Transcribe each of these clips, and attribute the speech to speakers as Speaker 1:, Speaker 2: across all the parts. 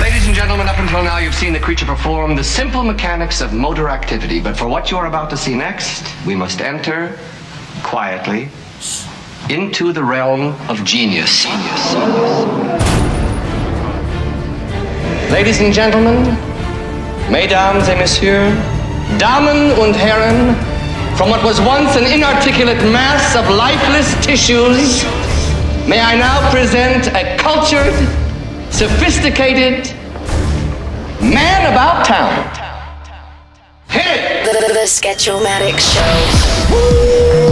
Speaker 1: Ladies and gentlemen, up until now you've seen the creature perform the simple mechanics of motor activity, but for what you are about to see next, we must enter quietly into the realm of genius. Genius. Ladies and gentlemen, mesdames et messieurs, damen und herren, from what was once an inarticulate mass of lifeless tissues, may I now present a cultured, sophisticated man about town. Hit it!
Speaker 2: The, the, the Sketchomatic Show.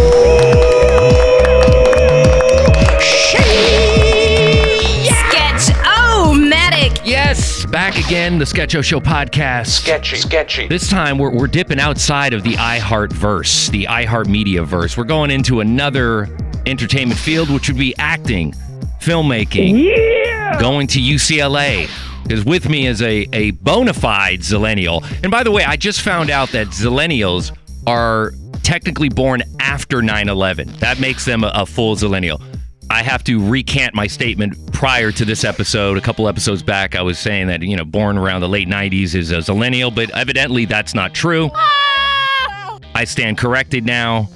Speaker 3: Sketch O Medic.
Speaker 4: Yes, back again, the Sketcho Show podcast.
Speaker 5: sketchy, sketchy.
Speaker 4: This time we're, we're dipping outside of the iHeart verse, the iHeart media verse. We're going into another entertainment field, which would be acting, filmmaking, going to UCLA. Because with me is a, a bona fide Zillennial. And by the way, I just found out that Zillennials are technically born after 9 11. That makes them a, a full Zillennial. I have to recant my statement prior to this episode. A couple episodes back, I was saying that, you know, born around the late 90s is a Zillennial, but evidently that's not true. I stand corrected now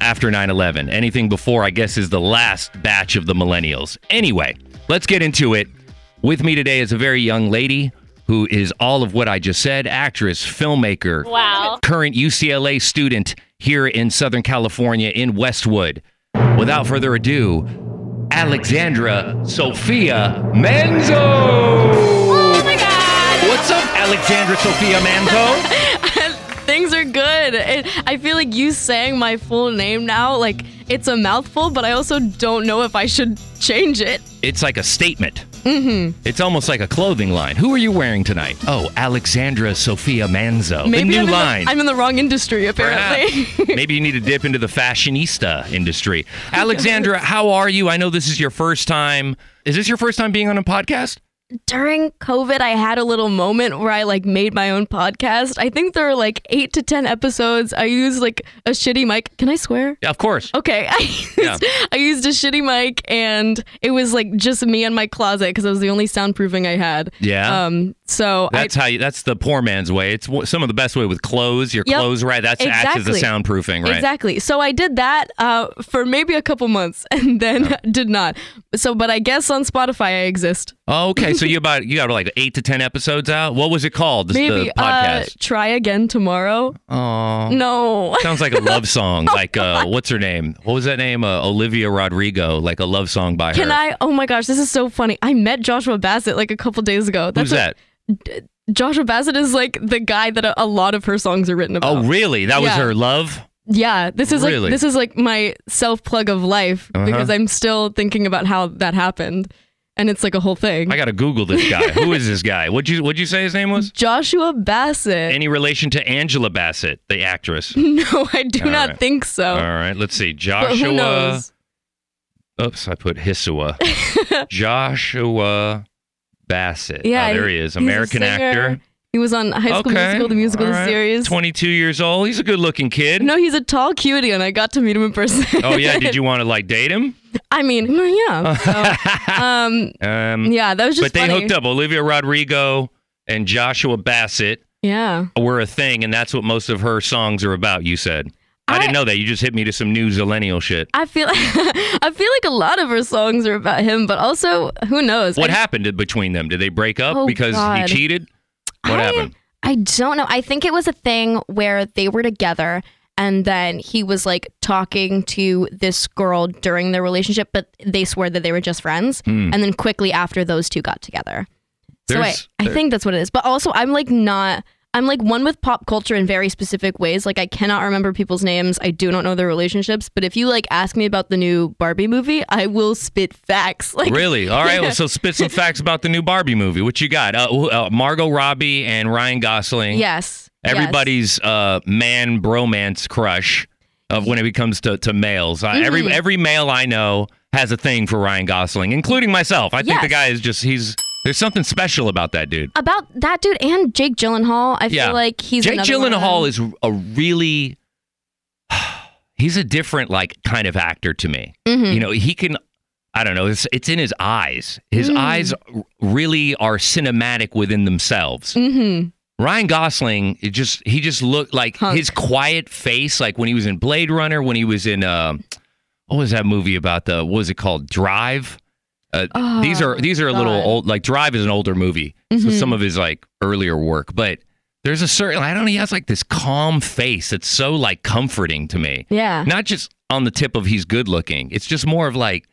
Speaker 4: after 9 11. Anything before, I guess, is the last batch of the millennials. Anyway, let's get into it. With me today is a very young lady who is all of what I just said actress, filmmaker,
Speaker 3: Wow.
Speaker 4: current UCLA student here in Southern California in Westwood. Without further ado, Alexandra Sophia Manzo.
Speaker 3: Oh my god.
Speaker 4: What's up, Alexandra Sophia Manzo?
Speaker 3: Things are good. It, I feel like you saying my full name now, like it's a mouthful, but I also don't know if I should change it.
Speaker 4: it's like a statement. Mm-hmm. It's almost like a clothing line. Who are you wearing tonight? Oh, Alexandra Sophia Manzo. the new
Speaker 3: I'm in
Speaker 4: line.
Speaker 3: I'm in the wrong industry, apparently.
Speaker 4: Perhaps. Maybe you need to dip into the fashionista industry. Alexandra, how are you? I know this is your first time. Is this your first time being on a podcast?
Speaker 3: During COVID, I had a little moment where I like made my own podcast. I think there are like eight to 10 episodes. I used like a shitty mic. Can I swear?
Speaker 4: Yeah, of course.
Speaker 3: Okay, I used,
Speaker 4: Yeah.
Speaker 3: I used a shitty mic, and it was like just me and my closet because it was the only soundproofing I had.
Speaker 4: Yeah.
Speaker 3: Um. So
Speaker 4: That's how you, that's the poor man's way. It's wh- some of the best way with clothes, your
Speaker 3: Yep.
Speaker 4: clothes right. That's acts as
Speaker 3: Exactly.
Speaker 4: a soundproofing,
Speaker 3: I
Speaker 4: right?
Speaker 3: exactly. So I did that uh, for maybe a couple months, and then
Speaker 4: Oh.
Speaker 3: did not. So, but I guess on Spotify I exist.
Speaker 4: Okay, so you about you got like 8 to 10 episodes out. What was it called? The,
Speaker 3: Maybe
Speaker 4: the
Speaker 3: uh,
Speaker 4: podcast.
Speaker 3: try again tomorrow.
Speaker 4: Aw.
Speaker 3: No.
Speaker 4: Sounds like a love song. like uh what's her name? What was that name? Uh, Olivia Rodrigo, like a love song by
Speaker 3: Can
Speaker 4: her.
Speaker 3: I? Oh my gosh, this is so funny. I met Joshua Bassett like a couple days ago.
Speaker 4: Who's
Speaker 3: a-
Speaker 4: that?
Speaker 3: Joshua Bassett is like the guy that a, a lot of her songs are written about.
Speaker 4: Oh, really? That was
Speaker 3: Yeah.
Speaker 4: her love?
Speaker 3: Yeah, this is
Speaker 4: Really?
Speaker 3: like this is like my self plug of life
Speaker 4: Uh-huh.
Speaker 3: because I'm still thinking about how that happened, and it's like a whole thing.
Speaker 4: I gotta Google this guy. Who is this guy? What'd you What'd you say his name was?
Speaker 3: Joshua Bassett.
Speaker 4: Any relation to Angela Bassett, the actress?
Speaker 3: no, I do
Speaker 4: All
Speaker 3: not
Speaker 4: right.
Speaker 3: think so.
Speaker 4: All right, let's see.
Speaker 3: But who
Speaker 4: Joshua. uh,
Speaker 3: knows?
Speaker 4: Oops, I put Hisua. Joshua Bassett.
Speaker 3: Yeah,
Speaker 4: oh, there
Speaker 3: he-
Speaker 4: he is,
Speaker 3: he's a
Speaker 4: American
Speaker 3: singer.
Speaker 4: actor.
Speaker 3: He was on High School
Speaker 4: okay.
Speaker 3: Musical, the musical
Speaker 4: all right.
Speaker 3: series.
Speaker 4: 22 years old. He's a good-looking kid.
Speaker 3: No, he's a tall cutie, and I got to meet him in person.
Speaker 4: Oh yeah, did you want to like date him?
Speaker 3: I mean, yeah. So, um,
Speaker 4: Um,
Speaker 3: yeah, that was just.
Speaker 4: but they
Speaker 3: funny.
Speaker 4: hooked up. Olivia Rodrigo and Joshua Bassett
Speaker 3: Yeah.
Speaker 4: were a thing, and that's what most of her songs are about. You said. I, didn't
Speaker 3: I-
Speaker 4: know that. You just hit me to some new millennial shit.
Speaker 3: I feel I feel like a lot of her songs are about him, but also who knows?
Speaker 4: What
Speaker 3: I-
Speaker 4: happened between them? Did they break up
Speaker 6: Oh,
Speaker 4: because
Speaker 6: God.
Speaker 4: he cheated? What
Speaker 6: I-
Speaker 4: happened?
Speaker 6: I don't know. I think it was a thing where they were together and then he was like talking to this girl during their relationship, but they swore that they were just friends. And then quickly after those two got together.
Speaker 4: Hmm. There's-
Speaker 6: so I, I
Speaker 4: there-
Speaker 6: think that's what it is. But also, I'm like not. I'm like one with pop culture in very specific ways. Like I cannot remember people's names. I do not know their relationships. But if you like ask me about the new Barbie movie, I will spit facts. Like
Speaker 4: Really? All right. Well, so spit some facts about the new Barbie movie. What you got? Uh, who- uh, Margot Robbie and Ryan Gosling.
Speaker 6: yes, yes.
Speaker 4: Everybody's uh, man bromance crush of when it comes to, to males. Uh,
Speaker 6: Mm-hmm.
Speaker 4: Every every male I know has a thing for Ryan Gosling, including myself. I think the
Speaker 6: Yes.
Speaker 4: guy is just he's there's something special about that dude.
Speaker 6: about that dude and Jake Gyllenhaal. I
Speaker 4: Yeah.
Speaker 6: feel like he's
Speaker 4: Jake
Speaker 6: another one of
Speaker 4: Gyllenhaal
Speaker 6: them.
Speaker 4: is a really
Speaker 6: Mm-hmm.
Speaker 4: he's a different like kind of actor to me. You know, he can I I don't know. It's it's in his eyes. His
Speaker 6: Mm.
Speaker 4: eyes r- really are cinematic within themselves. Mm-hmm. Ryan Gosling, it just he just looked like his quiet face, like when he was in Blade Runner, when he was in uh, what was that movie about the what was it called Drive? Uh,
Speaker 3: Oh.
Speaker 4: these are these are a little
Speaker 7: Oh, God. Mm-hmm.
Speaker 4: old. Like Drive is an older movie, so some of his like earlier work, but. There's a certain I don't know he has like this calm face that's so like comforting to me
Speaker 7: Yeah.
Speaker 4: not just on the tip of he's good looking. It's just more of like,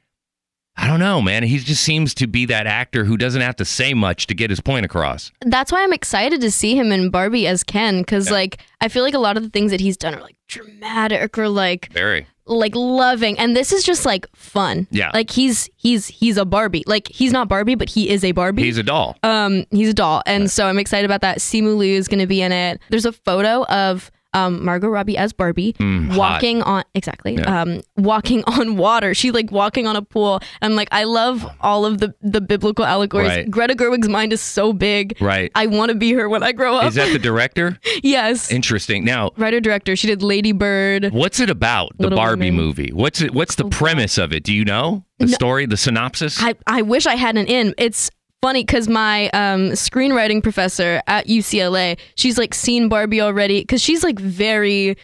Speaker 4: I don't know, man. He just seems to be that actor who doesn't have to say much to get his point across.
Speaker 3: That's why I'm excited to see him in Barbie as Ken, because like I feel like a lot of the things that he's done are like dramatic or like
Speaker 4: Very.
Speaker 3: like loving, and this is just like fun.
Speaker 4: Yeah.
Speaker 3: like he's he's he's a Barbie. Like he's not Barbie, but he is a Barbie.
Speaker 4: He's a doll.
Speaker 3: um he's a doll and so i'm excited about that simu liu is going to be in it there's a photo of um margot robbie as barbie
Speaker 4: Hmm, hot.
Speaker 3: walking on exactly
Speaker 4: Yeah.
Speaker 3: um walking on water she's like walking on a pool i'm like i love all of the the biblical allegories
Speaker 4: Right.
Speaker 3: greta gerwig's mind is so big
Speaker 4: Right.
Speaker 3: i want to be her when i grow up
Speaker 4: Is that the director?
Speaker 3: yes
Speaker 4: Interesting. Now,
Speaker 3: writer director she did lady bird
Speaker 4: what's it about? The
Speaker 3: Little
Speaker 4: Barbie
Speaker 3: Women. Oh,
Speaker 4: movie. What's it what's the premise of it? Do you know? The story, the synopsis?
Speaker 3: I, I wish I had an in. It's funny because my um, screenwriting professor at UCLA, she's like seen Barbie already because she's like very,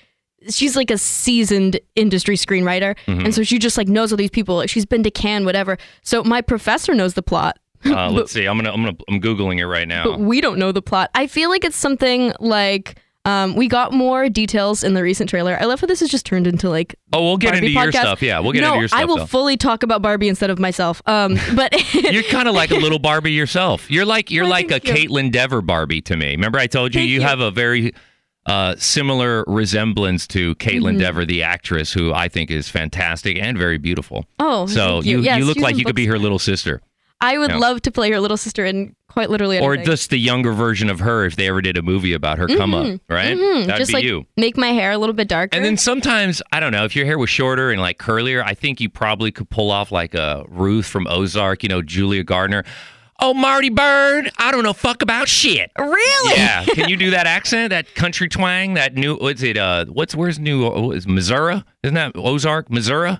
Speaker 3: she's like a seasoned industry screenwriter.
Speaker 4: Mm-hmm.
Speaker 3: And so she just like knows all these people. Like, she's been to Cannes, whatever. So my professor knows the plot.
Speaker 4: Uh, let's see. I'm gonna I'm gonna I'm googling it right
Speaker 3: But
Speaker 4: now.
Speaker 3: we don't know the plot. I feel like it's something like um, we got more details in the recent trailer. I love how this has just turned into like
Speaker 4: Oh, we'll get
Speaker 3: Barbie
Speaker 4: into your
Speaker 3: podcast.
Speaker 4: stuff. Yeah, we'll get
Speaker 3: no,
Speaker 4: into your stuff.
Speaker 3: I will
Speaker 4: though.
Speaker 3: fully talk about Barbie instead of myself. Um, but
Speaker 4: You're kind of like a little Barbie yourself. You're like you're like a
Speaker 3: thank
Speaker 4: Caitlyn Dever Barbie to me. Remember I told you you, have a very uh, similar resemblance to Caitlyn
Speaker 3: Mm-hmm.
Speaker 4: Dever, the actress, who I think is fantastic and very beautiful.
Speaker 3: oh,
Speaker 4: so
Speaker 3: thank
Speaker 4: you
Speaker 3: Yes,
Speaker 4: you look
Speaker 3: she's
Speaker 4: like
Speaker 3: in
Speaker 4: you could
Speaker 3: books.
Speaker 4: be her little sister,
Speaker 3: I would
Speaker 4: Yeah.
Speaker 3: love to play her little sister in quite literally
Speaker 4: or
Speaker 3: anything.
Speaker 4: just the younger version of her if they ever did a movie about her come up, right?
Speaker 3: Hmm,
Speaker 4: That'd
Speaker 3: just
Speaker 4: be
Speaker 3: like
Speaker 4: you.
Speaker 3: make my hair a little bit darker.
Speaker 4: And then sometimes I don't know if your hair was shorter and like curlier, I think you probably could pull off like a Ruth from Ozark, you know, Julia Gardner. Oh, Marty Bird, I don't know fuck about shit.
Speaker 3: really?
Speaker 4: Yeah, can you do that accent, that country twang, that new? What's it? Uh, what's where's new? oh, Is Missouri? Isn't that Ozark? Missouri?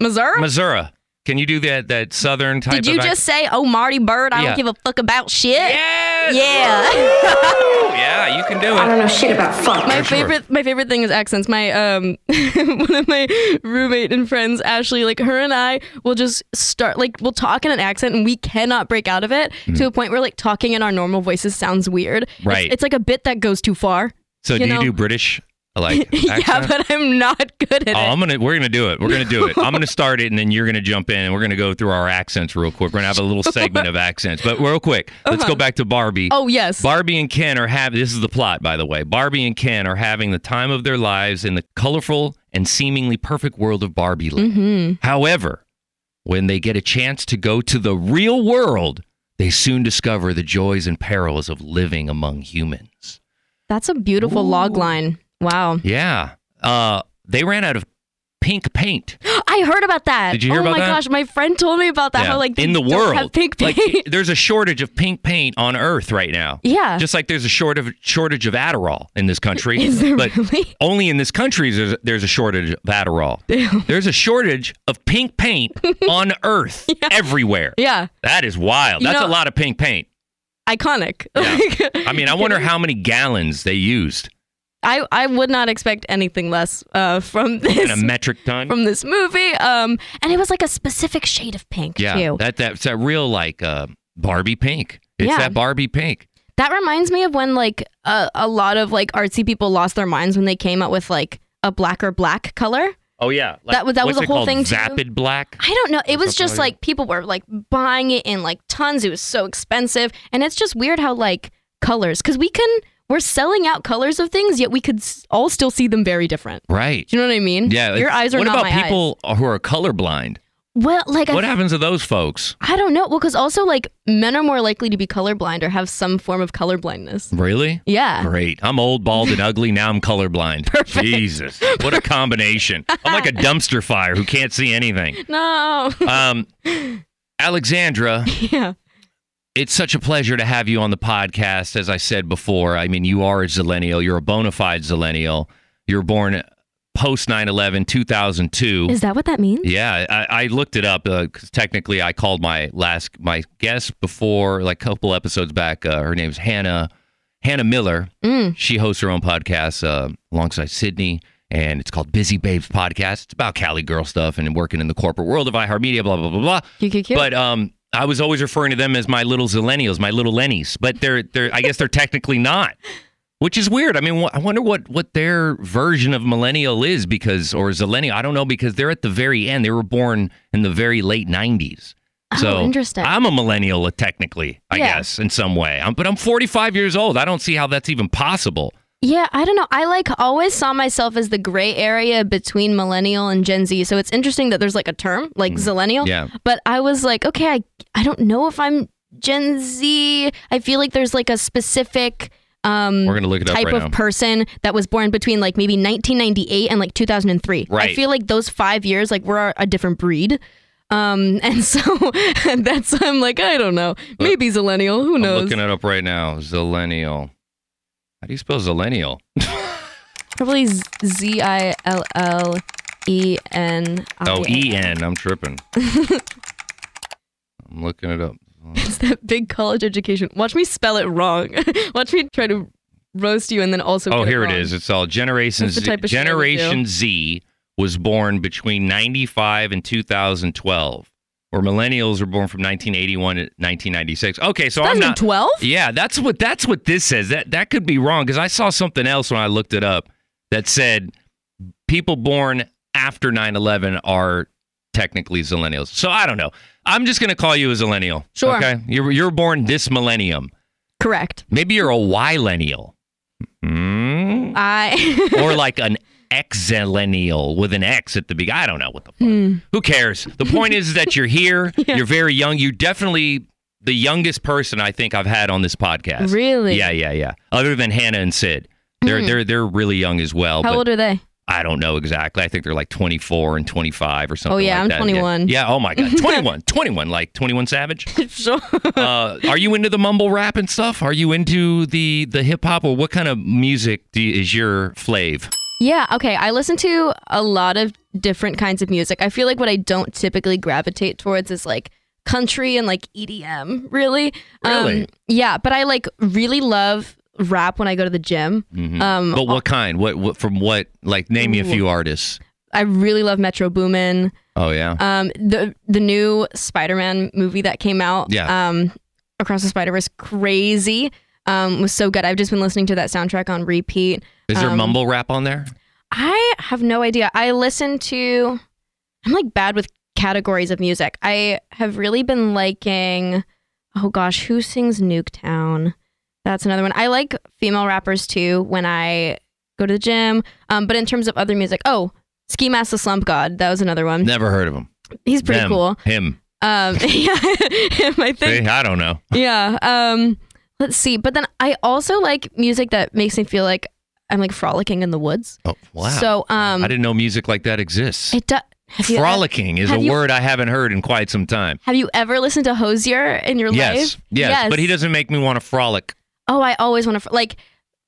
Speaker 3: Missouri?
Speaker 4: Missouri? Can you do that that southern type?
Speaker 3: Did you
Speaker 4: of
Speaker 3: just say, "Oh, Marty Bird, I
Speaker 4: Yeah.
Speaker 3: don't give a fuck about shit"?
Speaker 4: Yes!
Speaker 3: Yeah.
Speaker 4: Woo! yeah, you can do it.
Speaker 8: don't know shit about fun.
Speaker 3: my
Speaker 4: sure.
Speaker 3: favorite my favorite thing is accents. My um one of my roommate and friends, Ashley, like her and I will just start like we'll talk in an accent and we cannot break out of it to a point where like talking in our normal voices sounds weird. It's-
Speaker 4: Mm. Right.
Speaker 3: It's, like a bit that goes too far.
Speaker 4: So
Speaker 3: you
Speaker 4: do
Speaker 3: know-
Speaker 4: you do British? Like
Speaker 3: yeah,
Speaker 4: accent?
Speaker 3: but I'm not good at
Speaker 4: Oh,
Speaker 3: it.
Speaker 4: I'm gonna we're gonna do it. We're gonna do it. I'm gonna start it, and then you're gonna jump in, and we're gonna go through our accents real quick. We're gonna have a little segment of accents, but real quick, let's go back to Barbie.
Speaker 3: Uh-huh. Oh yes.
Speaker 4: Barbie and Ken are having this is the plot, by the way. Barbie and Ken are having the time of their lives in the colorful and seemingly perfect world of Barbie Land.
Speaker 3: Mm-hmm.
Speaker 4: However, when they get a chance to go to the real world, they soon discover the joys and perils of living among humans.
Speaker 3: That's a beautiful log line. Wow.
Speaker 4: Yeah. Uh, they ran out of pink paint.
Speaker 3: I heard about that.
Speaker 4: Did you hear
Speaker 3: oh
Speaker 4: about
Speaker 3: my
Speaker 4: that?
Speaker 3: gosh, my friend told me about that.
Speaker 4: Yeah.
Speaker 3: How like they
Speaker 4: in the
Speaker 3: don't
Speaker 4: world,
Speaker 3: have pink
Speaker 4: Like,
Speaker 3: paint.
Speaker 4: there's a shortage of pink paint on Earth right now.
Speaker 3: yeah.
Speaker 4: Just like there's a short of, shortage of Adderall in this country.
Speaker 3: Is there
Speaker 4: but
Speaker 3: really?
Speaker 4: only in this country there's, there's a shortage of Adderall. There's a shortage of pink paint on Earth everywhere.
Speaker 3: yeah.
Speaker 4: That is wild.
Speaker 3: You
Speaker 4: That's a
Speaker 3: know-
Speaker 4: lot of pink paint.
Speaker 3: Iconic.
Speaker 4: I mean, I wonder how many gallons they used
Speaker 3: I, I would not expect anything less uh, from
Speaker 4: in a
Speaker 3: this
Speaker 4: metric ton.
Speaker 3: from this movie. Um and it was like a specific shade of pink
Speaker 4: yeah,
Speaker 3: too.
Speaker 4: that that's that real like uh, Barbie pink. It's
Speaker 3: Yeah.
Speaker 4: that Barbie pink.
Speaker 3: That reminds me of when like a, a lot of like artsy people lost their minds when they came out with like a black or black color.
Speaker 4: Oh yeah,
Speaker 3: That was- that was
Speaker 4: what's
Speaker 3: the
Speaker 4: it
Speaker 3: whole
Speaker 4: called?
Speaker 3: thing, too.
Speaker 4: Vapid black.
Speaker 3: I don't know. It was
Speaker 4: something
Speaker 3: just
Speaker 4: like
Speaker 3: like people were like buying it in like tons. It was so expensive. And it's just weird how like colors, because we can, we're selling out colors of things, yet we could s- all still see them very different.
Speaker 4: Right.
Speaker 3: Do you know what I mean?
Speaker 4: Yeah.
Speaker 3: Your
Speaker 4: it's-
Speaker 3: eyes are
Speaker 4: What
Speaker 3: not
Speaker 4: about
Speaker 3: my eyes.
Speaker 4: people who are colorblind?
Speaker 3: Well, like,
Speaker 4: What
Speaker 3: I,
Speaker 4: happens to those folks?
Speaker 3: I don't know. Well, because also like men are more likely to be colorblind or have some form of colorblindness.
Speaker 4: Really?
Speaker 3: Yeah.
Speaker 4: Great. I'm old, bald, and ugly. Now I'm colorblind. Jesus. What a combination. I'm like a dumpster fire who can't see anything.
Speaker 3: No.
Speaker 4: Um, Alexandra,
Speaker 3: yeah.
Speaker 4: it's such a pleasure to have you on the podcast. As I said before, I mean, you are a Zillennial. You're a bona fide Zillennial. You're born post 9 11 2002.
Speaker 3: Is that what that means?
Speaker 4: Yeah, I, I looked it up because technically I called my last my guest before like a couple episodes back. Uh, her name's Hannah Hannah Miller. She hosts her own podcast uh, alongside Sydney, and it's called Busy Babes Podcast. It's about Cali girl stuff and working in the corporate world of iHeartMedia. Blah blah blah blah.
Speaker 3: QQQ.
Speaker 4: But um, I was always referring to them as my little zillennials, my little lennies, but they're they're I guess they're technically not. Which is weird. I mean, wh- I wonder what what their version of millennial is because, or zillennial. I don't know because they're at the very end. They were born in the very late '90s. So
Speaker 3: Oh, interesting.
Speaker 4: I'm a millennial uh, technically, I
Speaker 3: Yeah.
Speaker 4: guess, in some way. I'm, but I'm 45 years old. I don't see how that's even possible.
Speaker 3: Yeah, I don't know. I like always saw myself as the gray area between millennial and Gen Z. So it's interesting that there's like a term like zillennial.
Speaker 4: Mm. Yeah.
Speaker 3: But I was like, okay, I I don't know if I'm Gen Z. I feel like there's like a specific um
Speaker 4: We're gonna look it up
Speaker 3: type
Speaker 4: right
Speaker 3: of
Speaker 4: now.
Speaker 3: person that was born between like maybe 1998 and like 2003.
Speaker 4: Right.
Speaker 3: I feel like those 5 years like we're a different breed. Um and so that's I'm like I don't know. Maybe zillennial, who
Speaker 4: I'm
Speaker 3: knows.
Speaker 4: looking it up right now. Zillennial. How do you spell zillennial?
Speaker 3: Probably Z I L L E N I.
Speaker 4: Oh, E N. I'm tripping. I'm looking it up.
Speaker 3: It's that big college education. Watch me spell it wrong. Watch me try to roast you and then also.
Speaker 4: Oh,
Speaker 3: get
Speaker 4: here it
Speaker 3: wrong.
Speaker 4: is. It's all Generation
Speaker 3: That's the
Speaker 4: Z.
Speaker 3: type of shit I would
Speaker 4: Generation
Speaker 3: do.
Speaker 4: Z was born between 95 and 2012, or millennials were born from 1981 to 1996. Okay, so I'm not.
Speaker 3: 2012?
Speaker 4: Yeah, that's what that's what this says. That that could be wrong because I saw something else when I looked it up that said people born after 9/11 are technically millennials. So I don't know. I'm just going to call you a millennial.
Speaker 3: Sure.
Speaker 4: Okay. You're you're born this millennium.
Speaker 3: Correct.
Speaker 4: Maybe you're a Ylennial. Hmm
Speaker 3: I.
Speaker 4: or like an exillennial with an X at the beginning. I don't know what the fuck.
Speaker 3: Hmm.
Speaker 4: Who cares? The point is that you're here. You're very young. You're definitely the youngest person I think I've had on this podcast.
Speaker 3: Really? Hmm.
Speaker 4: Yeah, yeah, yeah. Other than Hannah and Sid, they're they're they're really young as well.
Speaker 3: How
Speaker 4: but
Speaker 3: old are they?
Speaker 4: I don't know exactly. I think they're like 24 and 25 or something.
Speaker 3: Oh, yeah,
Speaker 4: like
Speaker 3: I'm
Speaker 4: that.
Speaker 3: 21.
Speaker 4: Yeah. Oh my god, 21, 21, like 21 Savage.
Speaker 3: Sure.
Speaker 4: Uh, are you into the mumble rap and stuff? Are you into the the hip hop or what kind of music do you, is your fave?
Speaker 3: Yeah, okay. I listen to a lot of different kinds of music. I feel like what I don't typically gravitate towards is like country and like EDM, really.
Speaker 4: Really?
Speaker 3: Um, yeah, but I like really love rap when I go to the gym.
Speaker 4: Mm-hmm.
Speaker 3: Um,
Speaker 4: But what kind? What, what from what? Like, name me a few artists.
Speaker 3: I really love Metro Boomin.
Speaker 4: Oh yeah,
Speaker 3: Um, the the new Spider Man movie that came out,
Speaker 4: Yeah.
Speaker 3: um, Across the Spider Verse, crazy. Um, was so good. I've just been listening to that soundtrack on repeat.
Speaker 4: is there mumble rap on there?
Speaker 3: I have no idea. I listen to. I'm like bad with categories of music. I have really been liking. Oh gosh, who sings Nuketown? That's another one. I like female rappers too when I go to the gym. Um, but in terms of other music, oh, Ski Mask the Slump God. That was another one.
Speaker 4: Never heard of him.
Speaker 3: He's pretty
Speaker 4: Them.
Speaker 3: cool.
Speaker 4: Him.
Speaker 3: Um, yeah, I
Speaker 4: See,
Speaker 3: think.
Speaker 4: I don't know.
Speaker 3: Yeah. Um, let's see. But then I also like music that makes me feel like I'm like frolicking in the woods.
Speaker 4: Oh wow.
Speaker 3: So um,
Speaker 4: I didn't know music like that exists.
Speaker 3: it does. Have you, uh,
Speaker 4: Frolicking is a
Speaker 3: have you-
Speaker 4: word I haven't heard in quite some time.
Speaker 3: have you ever listened to Hosier in your
Speaker 4: Yes,
Speaker 3: life?
Speaker 4: yes, but he doesn't make me want to frolic.
Speaker 3: Oh, I always want to fr- like,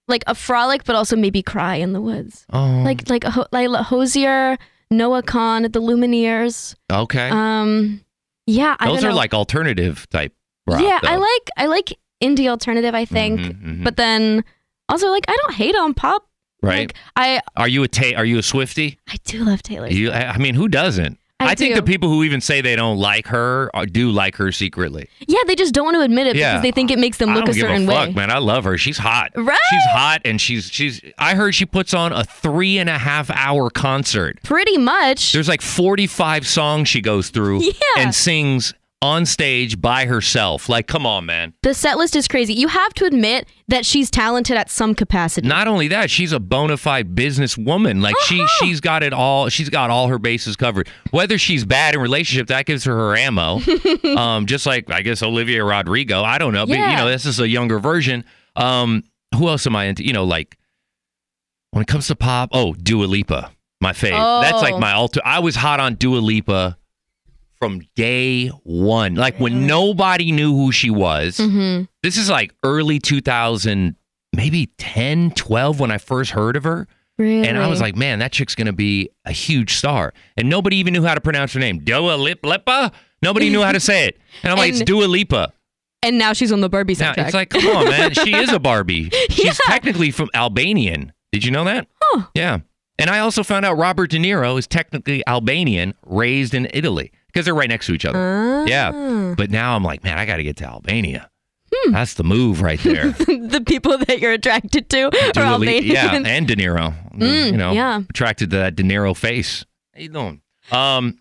Speaker 3: like a frolic, but also maybe cry in the woods.
Speaker 4: Oh,
Speaker 3: Like like a ho- like Hosier, Noah Kahn, The Lumineers.
Speaker 4: okay.
Speaker 3: Um, yeah, I
Speaker 4: Those
Speaker 3: don't
Speaker 4: are
Speaker 3: know.
Speaker 4: like alternative type. Rap,
Speaker 3: yeah, I
Speaker 4: though.
Speaker 3: like I like indie alternative. I think,
Speaker 4: Mhm, mhm.
Speaker 3: but then also like I don't hate on pop.
Speaker 4: Right?
Speaker 3: Like, I
Speaker 4: are you a ta- are you a Swifty?
Speaker 3: I do love Taylor. Swift.
Speaker 4: You, I I mean, who doesn't?
Speaker 3: I
Speaker 4: think
Speaker 3: do.
Speaker 4: the people who even say they don't like her uh, do like her secretly.
Speaker 3: yeah, they just don't want to admit it
Speaker 4: Yeah.
Speaker 3: because they think it makes them
Speaker 4: I
Speaker 3: look
Speaker 4: don't
Speaker 3: a certain
Speaker 4: give a fuck,
Speaker 3: way.
Speaker 4: man. I love her. She's hot.
Speaker 3: Right?
Speaker 4: She's hot, and she's she's. I heard she puts on a three and a half hour concert.
Speaker 3: Pretty much.
Speaker 4: There's like 45 songs she goes through
Speaker 3: Yeah.
Speaker 4: and sings on stage by herself. Like, come on, man.
Speaker 3: The set list is crazy. You have to admit that she's talented at some capacity.
Speaker 4: Not only that, she's a bona fide businesswoman. Like she
Speaker 3: Uh-huh.
Speaker 4: she's got it all. She's got all her bases covered. Whether she's bad in relationship, that gives her her ammo. um, just like I guess Olivia Rodrigo. I don't know, but you
Speaker 3: Yeah.
Speaker 4: know, this is a younger version. Um, who else am I into? You know, like when it comes to pop, oh, Dua Lipa, my fave. That's like
Speaker 3: Oh.
Speaker 4: my alter. I was hot on Dua Lipa from day one, like when nobody knew who she was.
Speaker 9: Mm-hmm.
Speaker 4: This is like early 2000, maybe 10, 12 when I first heard of her.
Speaker 9: Really?
Speaker 4: And I was like, man, that chick's going to be a huge star. And nobody even knew how to pronounce her name. Dua Lip Lipa? Nobody knew how to say it. And I'm like, it's
Speaker 9: And-
Speaker 4: Dua Lipa.
Speaker 9: and now she's on the Barbie
Speaker 4: Now,
Speaker 9: soundtrack.
Speaker 4: it's like, come on, man. She is a Barbie. She's technically from Albanian. Did you know that?
Speaker 9: Huh.
Speaker 4: Yeah. And I also found out Robert De Niro is technically Albanian, raised in Italy, because they're right next to each other.
Speaker 9: Ah.
Speaker 4: Yeah. But now I'm like, man, I got to get to Albania.
Speaker 9: Hmm.
Speaker 4: That's the move right there.
Speaker 9: the people that you're attracted to are
Speaker 4: Dua
Speaker 9: all
Speaker 4: Li-
Speaker 9: made.
Speaker 4: yeah, and De Niro.
Speaker 9: Mm,
Speaker 4: you know,
Speaker 9: yeah.
Speaker 4: attracted to that De Niro face. How you doing? Um,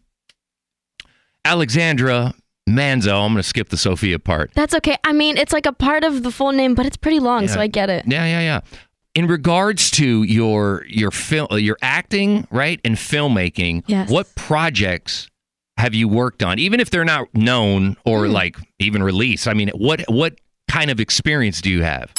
Speaker 4: Alexandra Manzo. I'm going to skip the Sophia part.
Speaker 3: That's okay. I mean, it's like a part of the full name, but it's pretty long, so
Speaker 4: Yeah.
Speaker 3: I get it.
Speaker 4: Yeah, yeah, yeah. In regards to your your film, your acting, right, and filmmaking,
Speaker 3: Yes.
Speaker 4: what projects have you worked on? Even if they're not known or like even released, I mean, what what kind of experience do you have?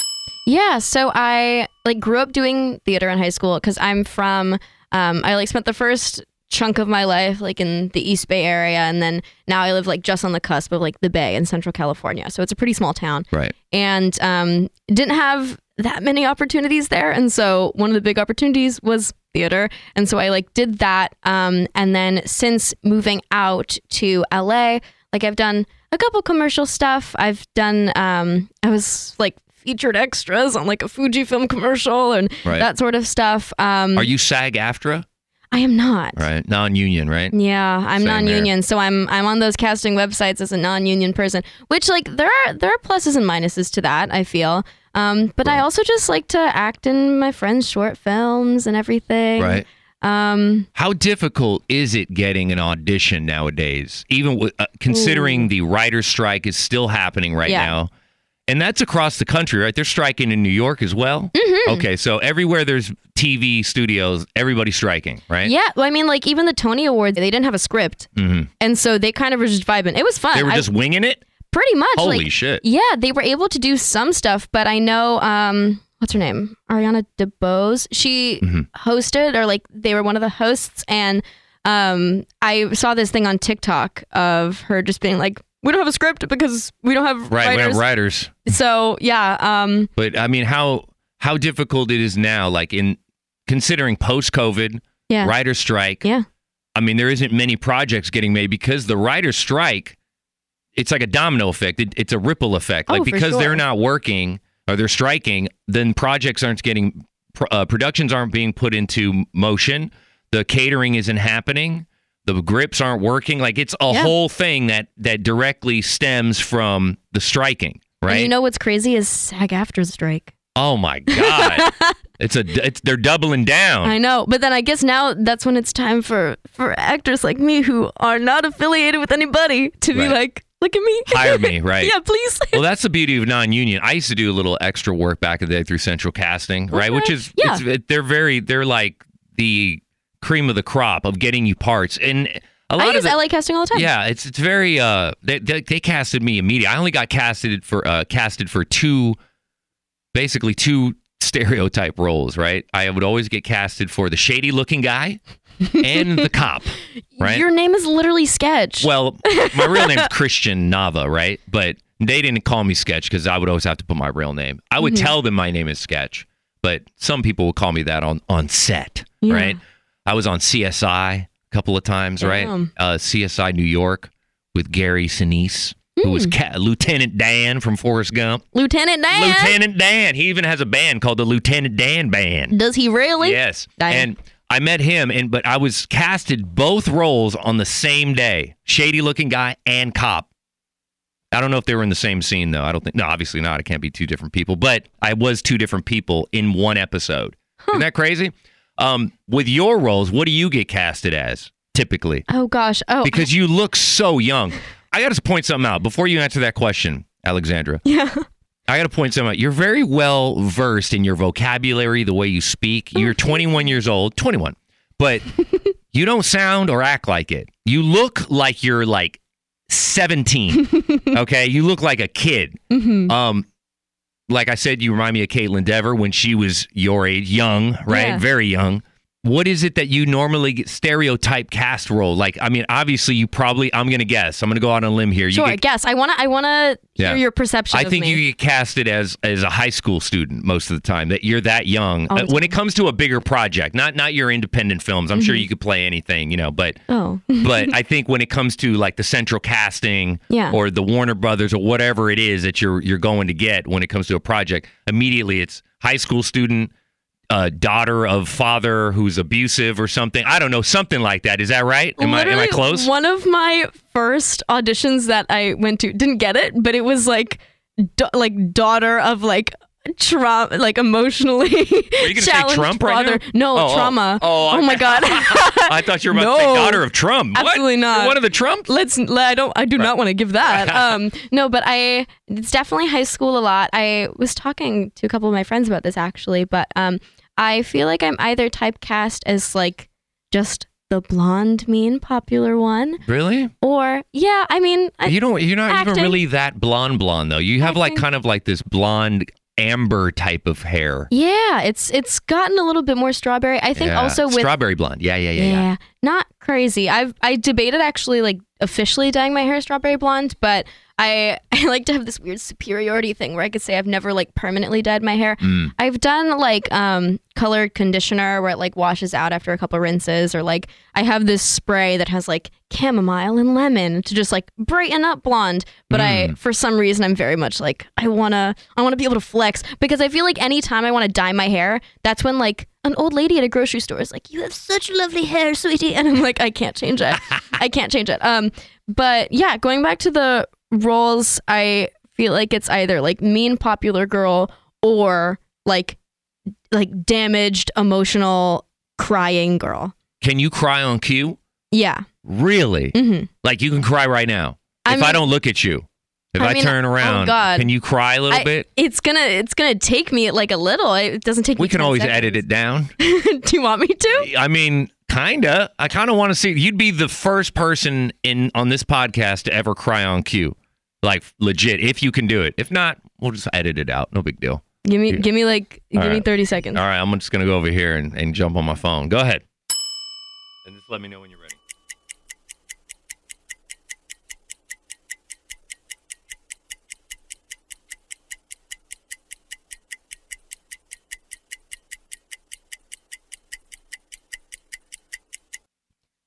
Speaker 3: Yeah, so I like grew up doing theater in high school because I'm from. Um, I like spent the first chunk of my life like in the East Bay area, and then now I live like just on the cusp of like the Bay in Central California. So it's a pretty small town,
Speaker 4: Right.
Speaker 3: and um, didn't have that many opportunities there. And so one of the big opportunities was theater, and so I like did that. Um, and then since moving out to LA, like I've done a couple commercial stuff. I've done. Um, I was like featured extras on like a Fujifilm commercial and
Speaker 4: Right.
Speaker 3: that sort of stuff. Um,
Speaker 4: Are you SAG-AFTRA?
Speaker 3: I am not.
Speaker 4: Right. Non-union, right?
Speaker 3: Yeah, I'm
Speaker 4: Same there.
Speaker 3: non-union, so I'm I'm on those casting websites as a non-union person, which like there are there are pluses and minuses to that. I feel, um, but I also just like to act in my friends' short films and everything.
Speaker 4: Right.
Speaker 3: Um,
Speaker 4: How difficult is it getting an audition nowadays? Even with, uh, considering the writer's strike is still happening right
Speaker 3: Yeah.
Speaker 4: now. And that's across the country, right? They're striking in New York as well. Mm-hmm. Okay, so everywhere there's TV studios, everybody's striking, right?
Speaker 3: yeah. Well, I mean, like even the Tony Awards, they didn't have a script,
Speaker 4: Mhm.
Speaker 3: and so they kind of were just vibing. It was fun.
Speaker 4: They were
Speaker 3: I-
Speaker 4: just winging it?
Speaker 3: pretty much
Speaker 4: Holy
Speaker 3: like,
Speaker 4: shit.
Speaker 3: Yeah, they were able to do some stuff, but I know um what's her name? Ariana DeBose. She
Speaker 4: Mm-hmm.
Speaker 3: hosted or like they were one of the hosts and um I saw this thing on TikTok of her just being like we don't have a script because we don't have
Speaker 4: Right, we
Speaker 3: writers.
Speaker 4: have writers.
Speaker 3: So, yeah, um
Speaker 4: But I mean, how how difficult it is now like in considering post-COVID,
Speaker 3: yeah.
Speaker 4: writer strike.
Speaker 3: Yeah.
Speaker 4: I mean, there isn't many projects getting made because the writer strike, it's like a domino effect. It, it's a ripple effect.
Speaker 3: Oh,
Speaker 4: like
Speaker 3: for
Speaker 4: because they're
Speaker 3: sure.
Speaker 4: not working or they're striking, then projects aren't getting pr- uh, productions aren't being put into motion. The catering isn't happening. The grips aren't working. Like it's a
Speaker 3: Yeah.
Speaker 4: whole thing that that directly stems from the striking, right?
Speaker 3: And you know what's crazy is SAG after strike.
Speaker 4: oh my god. It's a it's they're doubling down.
Speaker 3: I know, but then I guess now that's when it's time for for actors like me who are not affiliated with anybody to be
Speaker 4: Right.
Speaker 3: like, look at me.
Speaker 4: Hire me, right?
Speaker 3: yeah, please.
Speaker 4: well, that's the beauty of non-union. I used to do a little extra work back in the day through Central Casting, right? Which is
Speaker 3: Yeah.
Speaker 4: it's, it, they're very they're like the cream of the crop of getting you parts, and a lot
Speaker 3: I
Speaker 4: of
Speaker 3: use
Speaker 4: the,
Speaker 3: LA casting all the time.
Speaker 4: yeah, it's it's very uh they, they they casted me immediately. I only got casted for uh casted for two basically two stereotype roles, right? I would always get casted for the shady looking guy and the cop, right?
Speaker 3: Your name is literally Sketch.
Speaker 4: Well, my real name's Christian Nava, right? But they didn't call me Sketch because I would always have to put my real name. I would
Speaker 3: Mm-hmm.
Speaker 4: tell them my name is Sketch, but some people would call me that on on set,
Speaker 3: Yeah.
Speaker 4: right? I was on CSI a couple of times, right?
Speaker 3: Damn.
Speaker 4: Uh, CSI New York with Gary Sinise, who was
Speaker 3: Mm.
Speaker 4: Ca- Lieutenant Dan from Forrest Gump.
Speaker 3: Lieutenant Dan.
Speaker 4: Lieutenant Dan. He even has a band called the Lieutenant Dan Band.
Speaker 3: Does he really?
Speaker 4: Yes.
Speaker 3: Damn.
Speaker 4: And I met him and but I was casted both roles on the same day. Shady looking guy and cop. I don't know if they were in the same scene though. I don't think no, obviously not. It can't be two different people, but I was two different people in one episode. Isn't that crazy? Um, with your roles, what do you get casted as typically?
Speaker 3: Oh gosh. Oh.
Speaker 4: Because you look so young. I got to point something out before you answer that question, Alexandra.
Speaker 3: yeah.
Speaker 4: I got to point something out. You're very well versed in your vocabulary, the way you
Speaker 3: Oh,
Speaker 4: speak. You're 21 years old, 21, but you don't sound or act like it. You look like you're like 17. okay, you look like a kid.
Speaker 3: Mm-hmm.
Speaker 4: Um, like I said, you remind me of Caitlin Dever when she was your age, young, right?
Speaker 3: Yeah.
Speaker 4: Very young. what is it that you normally get stereotype cast role? Like, I mean, obviously, you probably, I'm going to guess, I'm going to go out on a limb here. You
Speaker 3: Sure.
Speaker 4: get-
Speaker 3: guess I wanna. I wanna
Speaker 4: Yeah.
Speaker 3: hear your perception.
Speaker 4: I
Speaker 3: of
Speaker 4: think
Speaker 3: me.
Speaker 4: you get casted as as a high school student most of the time. That you're that young.
Speaker 3: All the
Speaker 4: Uh, when it comes to a bigger project, not not your independent films. I'm sure
Speaker 3: Mm-hmm.
Speaker 4: you could play anything, you know. But
Speaker 3: Oh.
Speaker 4: but I think when it comes to like the central casting
Speaker 3: Yeah.
Speaker 4: or the Warner Brothers or whatever it is that you're you're going to get when it comes to a project, immediately it's high school student, uh, daughter of father who's abusive or something. I don't know, something like that. Is that right? Am I am I
Speaker 3: Literally,
Speaker 4: close?
Speaker 3: One of my first auditions that I went to didn't get it, but it was like, da- like daughter of like trauma, like emotionally. Are
Speaker 4: you gonna say Trump right now?
Speaker 3: No,
Speaker 4: Oh, oh.
Speaker 3: trauma.
Speaker 4: Oh, I-
Speaker 3: my god.
Speaker 4: I thought you were about to
Speaker 3: No.
Speaker 4: say daughter of Trump. What?
Speaker 3: Absolutely not.
Speaker 4: You're one of the Trump
Speaker 3: Let's. I don't. I do not want to give that. Um. No, but I. It's definitely high school a lot. I was talking to a couple of my friends about this actually, but um, I feel like I'm either typecast as like just the blonde, mean, popular one,
Speaker 4: Really?
Speaker 3: or yeah. I mean, I,
Speaker 4: you don't. You're not even
Speaker 3: acting.
Speaker 4: really that blonde, blonde though. You have like
Speaker 3: Acting.
Speaker 4: kind of like this blonde amber type of hair.
Speaker 3: Yeah, it's it's gotten a little bit more strawberry. I think
Speaker 4: Yeah.
Speaker 3: also with
Speaker 4: strawberry blonde. Yeah, yeah, yeah,
Speaker 3: yeah,
Speaker 4: yeah.
Speaker 3: not crazy. I've I debated actually like officially dyeing my hair strawberry blonde, but I I like to have this weird superiority thing where I could say I've never like permanently dyed my hair.
Speaker 4: Mm.
Speaker 3: I've done like um colored conditioner where it like washes out after a couple rinses or like I have this spray that has like chamomile and lemon to just like brighten up blonde but I for some reason I'm very much like I want to I want to be able to flex because I feel like anytime I want to dye my hair that's when like an old lady at a grocery store is like you have such lovely hair sweetie and I'm like I can't change it I can't change it um but yeah going back to the roles I feel like it's either like mean popular girl or like like damaged emotional crying girl.
Speaker 4: Can you cry on cue?
Speaker 3: Yeah.
Speaker 4: Really?
Speaker 3: Mhm.
Speaker 4: Like you can cry right now
Speaker 3: I
Speaker 4: if I
Speaker 3: mean-
Speaker 4: don't look at you. If
Speaker 3: I
Speaker 4: I,
Speaker 3: mean,
Speaker 4: turn
Speaker 3: oh,
Speaker 4: around,
Speaker 3: God.
Speaker 4: can you cry a little
Speaker 3: I-
Speaker 4: bit?
Speaker 3: It's going to it's going to take me like a little. It doesn't take me
Speaker 4: We can
Speaker 3: 10
Speaker 4: always
Speaker 3: seconds.
Speaker 4: edit it down.
Speaker 3: Do you want me to?
Speaker 4: I mean, kinda. I kind of want to see. You'd be the first person in on this podcast to ever cry on cue, like legit. If you can do it. If not, we'll just edit it out. No big deal.
Speaker 3: Give me
Speaker 4: Yeah.
Speaker 3: give me like
Speaker 4: All
Speaker 3: give me
Speaker 4: right.
Speaker 3: 30 seconds.
Speaker 4: All right, I'm just gonna go over here and, and jump on my phone. Go ahead. And just let me know when you're ready.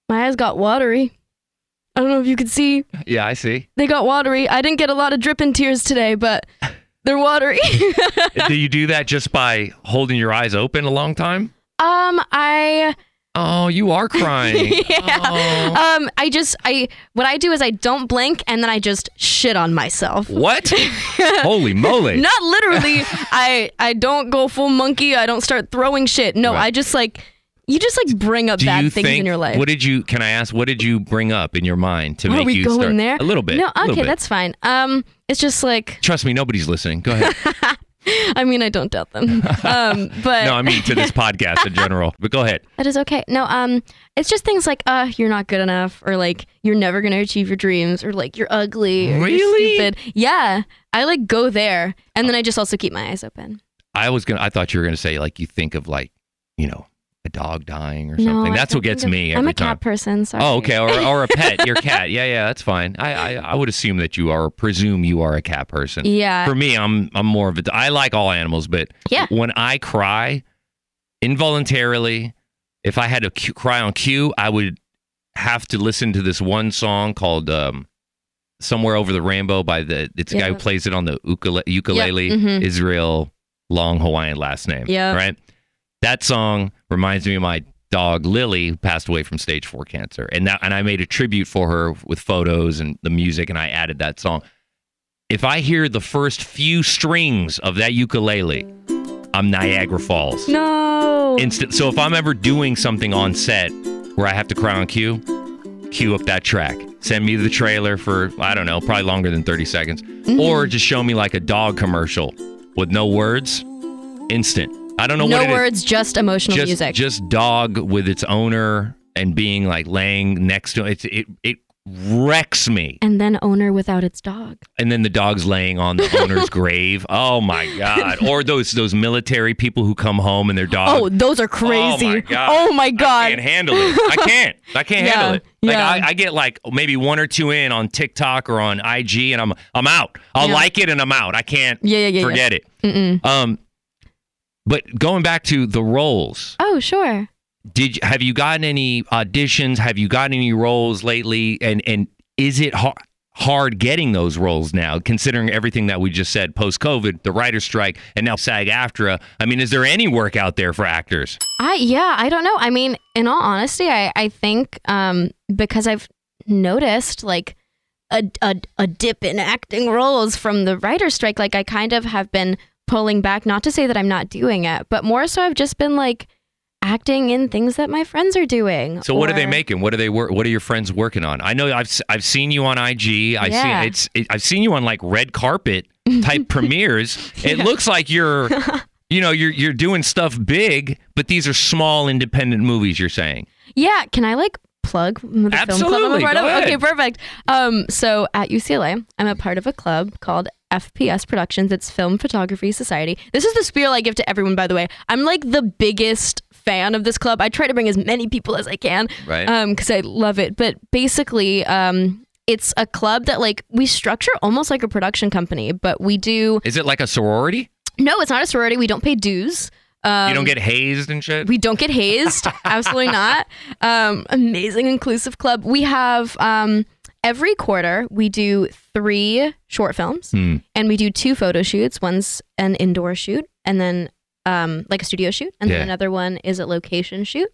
Speaker 3: My eyes got watery. I don't know if you could see.
Speaker 4: Yeah, I see.
Speaker 3: They got watery. I didn't get a lot of dripping tears today, but they're watery.
Speaker 4: do you do that just by holding your eyes open a long time?
Speaker 3: um I
Speaker 4: Oh, you are crying. Oh.
Speaker 3: um I just I what I do is I don't blink and then I just shit on myself.
Speaker 4: What? Holy moly.
Speaker 3: Not literally. I I don't go full monkey. I don't start throwing shit. No,
Speaker 4: Right.
Speaker 3: I just like you just like bring up
Speaker 4: do
Speaker 3: bad
Speaker 4: you
Speaker 3: things
Speaker 4: think,
Speaker 3: in your life.
Speaker 4: What did you? Can I ask? What did you bring up in your mind to
Speaker 3: Are
Speaker 4: make
Speaker 3: we
Speaker 4: you
Speaker 3: going
Speaker 4: start
Speaker 3: there?
Speaker 4: a little bit?
Speaker 3: No,
Speaker 4: a little
Speaker 3: okay,
Speaker 4: bit.
Speaker 3: that's fine. Um, it's just like
Speaker 4: Trust me, nobody's listening. Go ahead.
Speaker 3: I mean I don't doubt them. um, but
Speaker 4: No, I mean to this podcast in general. But go ahead.
Speaker 3: that is okay. No, um, it's just things like uh, you're not good enough, or like you're never gonna achieve your dreams, or like you're ugly, or
Speaker 4: Really?
Speaker 3: you're stupid. Yeah, I like go there, and then I just also keep my eyes open.
Speaker 4: I was gonna. I thought you were gonna say like you think of like, you know, a dog dying or
Speaker 3: No,
Speaker 4: something.
Speaker 3: I
Speaker 4: That's what
Speaker 3: don't
Speaker 4: gets
Speaker 3: think of-
Speaker 4: me every
Speaker 3: I'm a
Speaker 4: time.
Speaker 3: cat person. Sorry.
Speaker 4: Oh, okay. Or, or a pet, your cat. Yeah, yeah, that's fine. I, I, I would assume that you are, presume you are a cat person.
Speaker 3: Yeah.
Speaker 4: For me, I'm, I'm more of a, I like all animals, but
Speaker 3: Yeah.
Speaker 4: when I cry involuntarily, if I had to cu- cry on cue, I would have to listen to this one song called, um, Somewhere Over the Rainbow by the, it's a guy who
Speaker 3: Yeah.
Speaker 4: plays it on the ukule- ukulele,
Speaker 3: mhm.
Speaker 4: Israel, long Hawaiian last name.
Speaker 3: Yeah.
Speaker 4: Right. That song reminds me of my dog Lily, who passed away from stage four cancer, and that, and I made a tribute for her with photos and the music, and I added that song. If I hear the first few strings of that ukulele, I'm Niagara Falls.
Speaker 3: No.
Speaker 4: Instant. So if I'm ever doing something on set where I have to cry on cue, cue up that track. Send me the trailer for I don't know, probably longer than 30 seconds,
Speaker 3: Mm-hmm.
Speaker 4: or just show me like a dog commercial with no words. Instant. I don't know what
Speaker 3: no
Speaker 4: it is
Speaker 3: words, just emotional
Speaker 4: just,
Speaker 3: music.
Speaker 4: Just dog with its owner and being like laying next to it. It it wrecks me.
Speaker 3: and then owner without its dog.
Speaker 4: And then the dog's laying on the owner's grave. Oh my god! Or those those military people who come home and their dog.
Speaker 3: Oh, those are crazy.
Speaker 4: Um, Oh my god!
Speaker 3: Oh my
Speaker 4: I
Speaker 3: God.
Speaker 4: can't handle it. I can't. I can't
Speaker 3: Yeah,
Speaker 4: handle it. Like
Speaker 3: yeah.
Speaker 4: I, I get like maybe one or two in on TikTok or on IG, and I'm I'm out. I'll
Speaker 3: Yeah.
Speaker 4: like it and I'm out. I can't.
Speaker 3: Yeah, yeah, yeah, yeah.
Speaker 4: Forget it.
Speaker 3: Mm-mm.
Speaker 4: Um, but going back to the roles,
Speaker 3: Oh, sure.
Speaker 4: did you- have you gotten any auditions? Have you gotten any roles lately? And and is it hard? Hard getting those roles now, considering everything that we just said post COVID, the writer's strike, and now SAG AFTRA. I mean, is there any work out there for actors?
Speaker 3: I yeah, I don't know. I mean, in all honesty, I I think um because I've noticed like a a, a dip in acting roles from the writer's strike, like I kind of have been pulling back, not to say that I'm not doing it, but more so I've just been like acting in things that my friends are doing.
Speaker 4: So what are they
Speaker 3: or-
Speaker 4: making? What are they work? What are your friends working on? I know I've s- I've seen you on IG. I
Speaker 3: Yeah.
Speaker 4: see it's it, I've seen you on like red carpet type premieres. It looks like you're you know you're you're doing stuff big, but these are small independent movies. You're saying
Speaker 3: Yeah, can I like plug the film club I'm
Speaker 4: Absolutely,
Speaker 3: a part
Speaker 4: go
Speaker 3: of?
Speaker 4: ahead.
Speaker 3: Okay, perfect. Um, so at UCLA, I'm a part of a club called FPS Productions. It's Film Photography Society. This is the spiel I give to everyone, by the way. I'm like the biggest fan of this club. I try to bring as many people as I can,
Speaker 4: Right.
Speaker 3: Um, because I love it. But basically, um, it's a club that like we structure almost like a production company, but we do.
Speaker 4: is it like a sorority?
Speaker 3: No, it's not a sorority. We don't pay dues. Um,
Speaker 4: you don't get hazed and shit.
Speaker 3: we don't get hazed. Absolutely not. Um, amazing inclusive club. We have um, every quarter we do three short films
Speaker 4: Hmm.
Speaker 3: and we do two photo shoots. One's an indoor shoot and then um, like a studio shoot, and then
Speaker 4: Yeah.
Speaker 3: another one is a location shoot.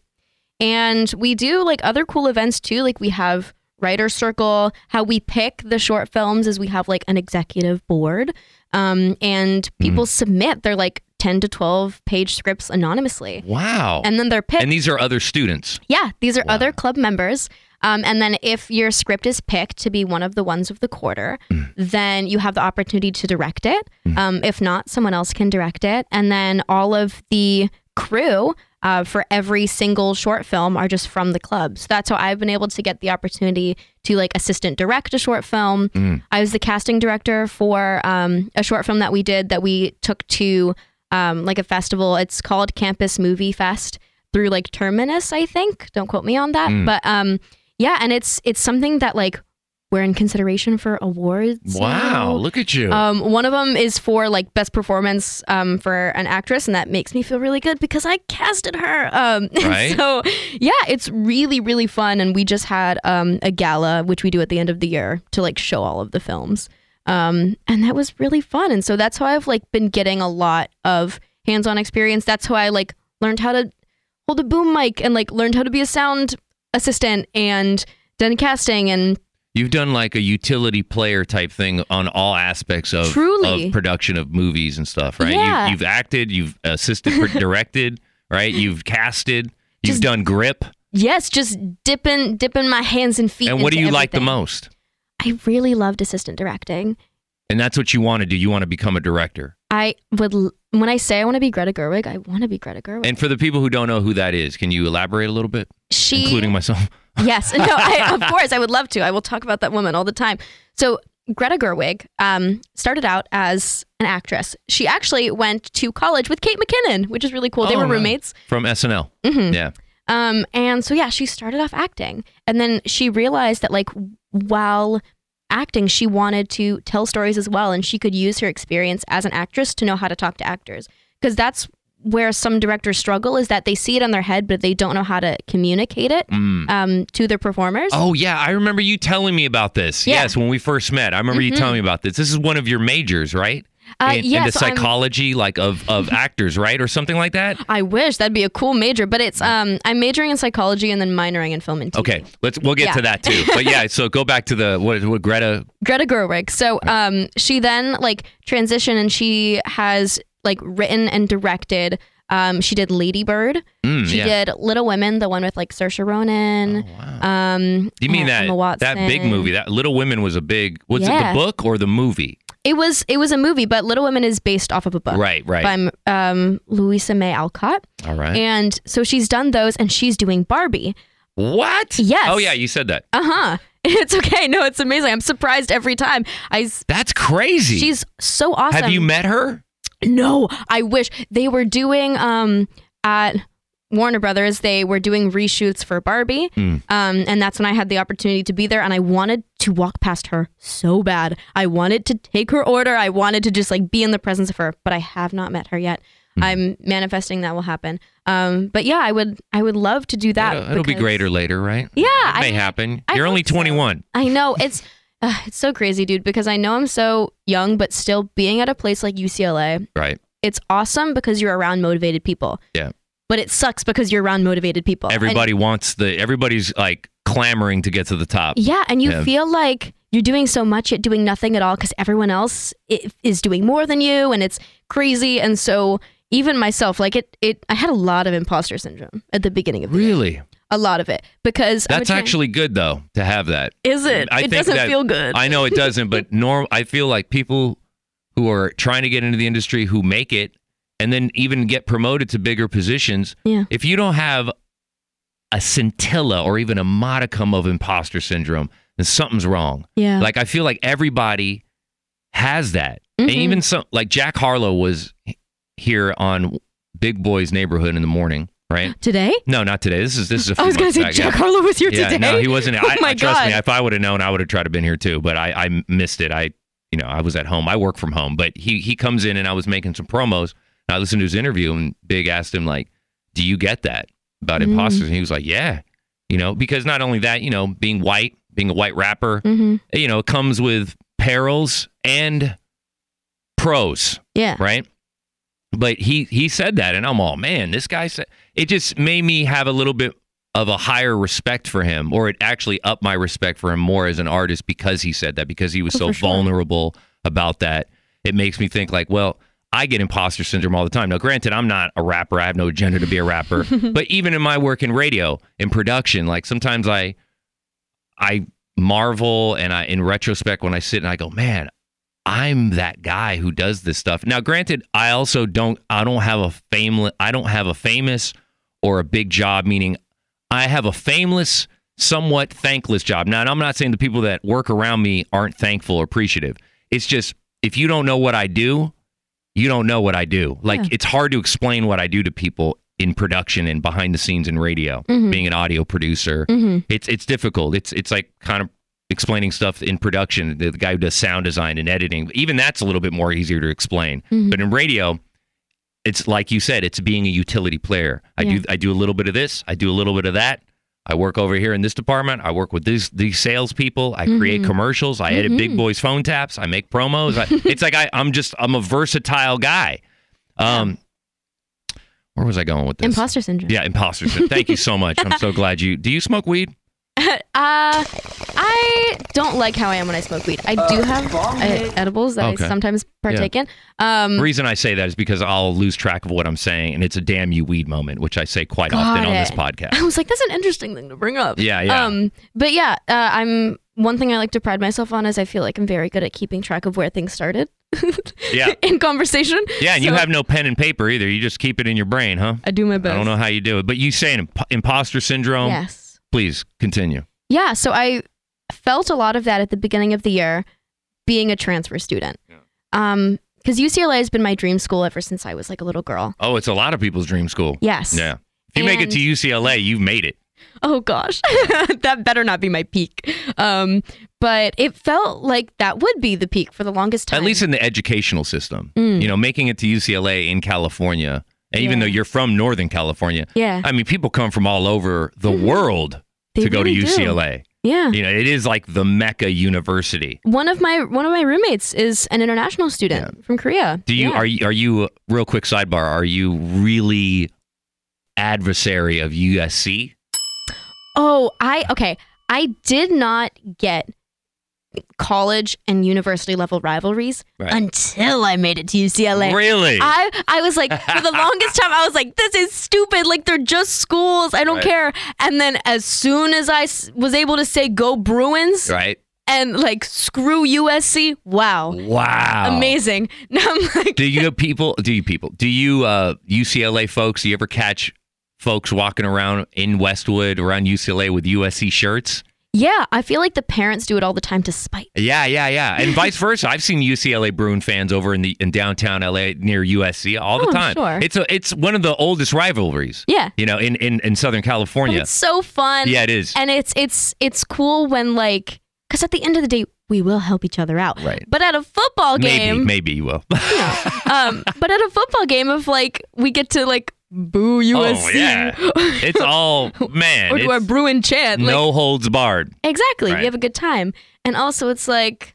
Speaker 3: And we do like other cool events too. Like we have writer circle. How we pick the short films is we have like an executive board, um, and
Speaker 4: Hmm.
Speaker 3: people submit their like ten to twelve page scripts anonymously
Speaker 4: wow. And,
Speaker 3: and then they're picked.
Speaker 4: these are other students.
Speaker 3: yeah, these are other club members. Um, and then if your script is picked to be one of the ones of the quarter, then you have the opportunity to direct it. Um, if not, someone else can direct it. And then all of the crew uh, for every single short film are just from the club. So that's how I've been able to get the opportunity to like assistant direct a short film. I was the casting director for um, a short film that we did that we took to um, like a festival. It's called Campus Movie Fest through like Terminus, I think. Don't quote me on that, but um, yeah, and it's it's something that like we're in consideration for awards.
Speaker 4: Wow.
Speaker 3: now.
Speaker 4: Look at you.
Speaker 3: Um, one of them is for like best performance um, for an actress, and that makes me feel really good because I casted her. Um, and
Speaker 4: Right.
Speaker 3: So yeah, it's really really fun, and we just had um, a gala which we do at the end of the year to like show all of the films, um, and that was really fun. And so that's how I've like been getting a lot of hands-on experience. That's how I like learned how to hold a boom mic and like learned how to be a sound assistant and done casting and
Speaker 4: You've done like a utility player type thing on all aspects of,
Speaker 3: Truly.
Speaker 4: of production of movies and stuff, right?
Speaker 3: Yeah.
Speaker 4: You, you've acted, you've assisted, pro- directed, right? You've casted, you've
Speaker 3: Just-
Speaker 4: done grip.
Speaker 3: yes, just dipping dipping my hands and feet.
Speaker 4: And what do you
Speaker 3: into
Speaker 4: like the
Speaker 3: everything.
Speaker 4: most?
Speaker 3: I really loved assistant directing.
Speaker 4: And that's what you want to do. You want to become a director.
Speaker 3: I would l- when I say I want to be Greta Gerwig, I want to be Greta Gerwig.
Speaker 4: And for the people who don't know who that is, can you elaborate a little bit,
Speaker 3: she
Speaker 4: including myself?
Speaker 3: yes, no, I, of course I would love to. I will talk about that woman all the time. So Greta Gerwig um, started out as an actress. She actually went to college with Kate McKinnon, which is really cool. they
Speaker 4: Oh,
Speaker 3: were
Speaker 4: nice.
Speaker 3: roommates.
Speaker 4: From SNL. Yeah.
Speaker 3: Um, and so yeah, she started off acting, and then she realized that like while acting, she wanted to tell stories as well, and she could use her experience as an actress to know how to talk to actors because that's where some directors struggle is that they see it on their head, but they don't know how to communicate it um, to their performers.
Speaker 4: Oh, yeah. I remember you telling me about this.
Speaker 3: Yeah. Mm-hmm.
Speaker 4: Yes, when we first met. I remember you telling me about this. This is one of your majors, right?
Speaker 3: Uh,
Speaker 4: in,
Speaker 3: yeah,
Speaker 4: in the
Speaker 3: so I'm-
Speaker 4: psychology like of, of actors, right? Or something like that?
Speaker 3: I wish that'd be a cool major, but it's um, I'm majoring in psychology and then minoring in film and TV.
Speaker 4: Okay, let's we'll get
Speaker 3: Yeah.
Speaker 4: to that too. But yeah, so go back to the what, what Greta.
Speaker 3: Greta Gerwig. So um, she then like transitioned and she has like written and directed. Um, she did Lady Bird.
Speaker 4: Mm,
Speaker 3: she
Speaker 4: yeah. Oh,
Speaker 3: did Little Women, the one with like Saoirse Ronan. Um,
Speaker 4: You mean
Speaker 3: and Emma
Speaker 4: that
Speaker 3: Watson.
Speaker 4: that big movie? That Little Women was a big. Was it
Speaker 3: Yeah.
Speaker 4: the book or the movie?
Speaker 3: It was it was a movie, but Little Women is based off of a book.
Speaker 4: Right, right.
Speaker 3: Uh, By um, Louisa May Alcott,
Speaker 4: All right.
Speaker 3: and so she's done those, and she's doing Barbie.
Speaker 4: what?
Speaker 3: Yes.
Speaker 4: Oh yeah, you said that.
Speaker 3: Uh huh. It's okay. No, it's amazing. I'm surprised every time. I s-
Speaker 4: That's crazy.
Speaker 3: she's so awesome.
Speaker 4: Have you met her?
Speaker 3: No, I wish they were doing um at Warner Brothers. They were doing reshoots for Barbie,
Speaker 4: Hmm.
Speaker 3: um, and that's when I had the opportunity to be there. And I wanted to walk past her so bad. I wanted to take her order. I wanted to just like be in the presence of her, but I have not met her yet.
Speaker 4: Hmm.
Speaker 3: I'm manifesting that will happen. Um, but yeah, I would I would love to do that.
Speaker 4: It'll, it'll be
Speaker 3: because-
Speaker 4: greater later, right?
Speaker 3: Yeah,
Speaker 4: It may
Speaker 3: I,
Speaker 4: happen.
Speaker 3: I
Speaker 4: You're only
Speaker 3: hope so.
Speaker 4: 21.
Speaker 3: I know it's. Uh, it's so crazy, dude, because I know I'm so young, but still being at a place like UCLA
Speaker 4: Right.
Speaker 3: it's awesome because you're around motivated people.
Speaker 4: Yeah.
Speaker 3: But it sucks because you're around motivated people. And-
Speaker 4: Everybody wants the, everybody's like clamoring to get to the top.
Speaker 3: yeah, and you
Speaker 4: Yeah.
Speaker 3: feel like you're doing so much yet doing nothing at all because everyone else i- is doing more than you, and it's crazy. And so even myself, like it, it, I had a lot of imposter syndrome at the beginning of the year.
Speaker 4: Really?
Speaker 3: a lot of it because I would
Speaker 4: That's
Speaker 3: try-
Speaker 4: actually good though to have that.
Speaker 3: is it?
Speaker 4: I
Speaker 3: it
Speaker 4: think
Speaker 3: doesn't
Speaker 4: that-
Speaker 3: feel good.
Speaker 4: I know it doesn't, but norm I feel like people who are trying to get into the industry who make it and then even get promoted to bigger positions,
Speaker 3: Yeah.
Speaker 4: if you don't have a scintilla or even a modicum of imposter syndrome, then something's wrong.
Speaker 3: yeah,
Speaker 4: Like I feel like everybody has that.
Speaker 3: Mhm.
Speaker 4: And even some like Jack Harlow was h- here on Big Boy's Neighborhood in the morning, right?
Speaker 3: today.
Speaker 4: No, not today. This is this is a few
Speaker 3: I was gonna
Speaker 4: months
Speaker 3: say
Speaker 4: back, yeah.
Speaker 3: Jack Harlow was here
Speaker 4: Yeah,
Speaker 3: today.
Speaker 4: no, he wasn't.
Speaker 3: Oh
Speaker 4: I,
Speaker 3: my
Speaker 4: I trust me.
Speaker 3: God.
Speaker 4: If I would have known, I would have tried to been here too. But I, I missed it. I, you know, I was at home. I work from home. But he he comes in and I was making some promos. And I listened to his interview and Big asked him like, "Do you get that about
Speaker 3: Mm.
Speaker 4: imposters?" And he was like, "Yeah, you know, because not only that, you know, being white, being a white rapper,
Speaker 3: mm-hmm.
Speaker 4: you know, it comes with perils and pros."
Speaker 3: Yeah,
Speaker 4: right? But he he said that, and I'm all man. This guy said it just made me have a little bit of a higher respect for him, or it actually upped my respect for him more as an artist because he said that because he was so
Speaker 3: Oh, for sure.
Speaker 4: vulnerable about that. It makes me think like, well, I get imposter syndrome all the time. Now, granted, I'm not a rapper. I have no agenda to be a rapper. but even in my work in radio in production, like sometimes I I marvel and I in retrospect when I sit and I go, man, I'm that guy who does this stuff. Now, granted, I also don't I don't have a famous I don't have a famous or a big job, meaning I have a fameless, somewhat thankless job. Now, and I'm not saying the people that work around me aren't thankful or appreciative. It's just if you don't know what I do, you don't know what I do. Like
Speaker 3: Yeah.
Speaker 4: it's hard to explain what I do to people in production and behind the scenes in radio,
Speaker 3: Mhm.
Speaker 4: being an audio producer.
Speaker 3: hmm
Speaker 4: It's it's difficult. It's it's like kind of explaining stuff in production. The, the guy who does sound design and editing, even that's a little bit more easier to explain.
Speaker 3: Mhm.
Speaker 4: But in radio, it's like you said, it's being a utility player. I
Speaker 3: Yeah.
Speaker 4: do I do a little bit of this, I do a little bit of that. I work over here in this department. I work with these these salespeople. I create
Speaker 3: Mm-hmm.
Speaker 4: commercials. I edit Big Boy's phone taps. I make promos. I, it's like I, I'm just I'm a versatile guy. Um, where was I going with this?
Speaker 3: imposter syndrome.
Speaker 4: Yeah, imposter syndrome. Thank you so much. I'm so glad you. Do you smoke weed?
Speaker 3: Uh, I don't like how I am when I smoke weed. I do have uh, edibles that
Speaker 4: Okay.
Speaker 3: I sometimes partake in. Um,
Speaker 4: The reason I say that is because I'll lose track of what I'm saying, and it's a damn you weed moment, which I say quite
Speaker 3: Got
Speaker 4: often on this
Speaker 3: it.
Speaker 4: podcast.
Speaker 3: I was like, that's an interesting thing to bring up.
Speaker 4: Yeah, yeah.
Speaker 3: Um, but yeah, uh, I'm one thing I like to pride myself on is I feel like I'm very good at keeping track of where things started
Speaker 4: Yeah,
Speaker 3: in conversation.
Speaker 4: yeah, and you
Speaker 3: So
Speaker 4: have no pen and paper either. You just keep it in your brain, huh?
Speaker 3: I do my
Speaker 4: I
Speaker 3: best.
Speaker 4: don't know how you do it, but you saying imp- imposter syndrome.
Speaker 3: Yes.
Speaker 4: Please continue.
Speaker 3: Yeah, so I felt a lot of that at the beginning of the year being a transfer student. Um, cuz UCLA has been my dream school ever since I was like a little girl.
Speaker 4: Oh, it's a lot of people's dream school.
Speaker 3: Yes.
Speaker 4: Yeah. If you make it
Speaker 3: And-
Speaker 4: to UCLA, you've made it.
Speaker 3: oh gosh that better not be my peak um but it felt like that would be the peak for the longest time
Speaker 4: At least in the educational system.
Speaker 3: Mm.
Speaker 4: You know, making it to UCLA in California, and even
Speaker 3: Yeah.
Speaker 4: though you're from Northern California,
Speaker 3: yeah
Speaker 4: I mean, people come from all over the world
Speaker 3: Mm-hmm. They
Speaker 4: to go
Speaker 3: really
Speaker 4: to
Speaker 3: do.
Speaker 4: UCLA.
Speaker 3: yeah
Speaker 4: You know, it is like the mecca university.
Speaker 3: one of my one of my roommates is an international student from korea
Speaker 4: Do you
Speaker 3: Yeah.
Speaker 4: are you are you real quick sidebar? Are you really adversary of USC?
Speaker 3: oh i okay i did not get college and university level rivalries
Speaker 4: Right.
Speaker 3: until i made it to ucla
Speaker 4: Really?
Speaker 3: I, I was like, for the longest time, I was like, this is stupid. Like, they're just schools. I don't
Speaker 4: Right.
Speaker 3: care. And then, as soon as I s- was able to say, go Bruins
Speaker 4: right.
Speaker 3: and like, screw USC, wow.
Speaker 4: Wow.
Speaker 3: Amazing. Now I'm like,
Speaker 4: Do you people? Do you people? Do you uh, UCLA folks? Do you ever catch folks walking around in Westwood around UCLA with USC shirts?
Speaker 3: Yeah, I feel like the parents do it all the time to spite.
Speaker 4: Yeah, yeah, yeah, and vice versa. I've seen UCLA Bruin fans over in the in downtown LA near USC all the
Speaker 3: Oh,
Speaker 4: time.
Speaker 3: sure.
Speaker 4: It's a, it's one of the oldest rivalries.
Speaker 3: Yeah.
Speaker 4: you know, in in, in Southern
Speaker 3: But
Speaker 4: California.
Speaker 3: It's so fun.
Speaker 4: Yeah, it is.
Speaker 3: And it's it's it's cool when like cuz at the end of the day we will help each other out.
Speaker 4: Right.
Speaker 3: But at a football game,
Speaker 4: Maybe, maybe you will.
Speaker 3: um but at a football game of like we get to like boo USC
Speaker 4: Oh yeah, it's all man.
Speaker 3: or do
Speaker 4: it's
Speaker 3: our Bruin chant. Like,
Speaker 4: no holds barred.
Speaker 3: Exactly.
Speaker 4: Right.
Speaker 3: You have a good time. And also it's like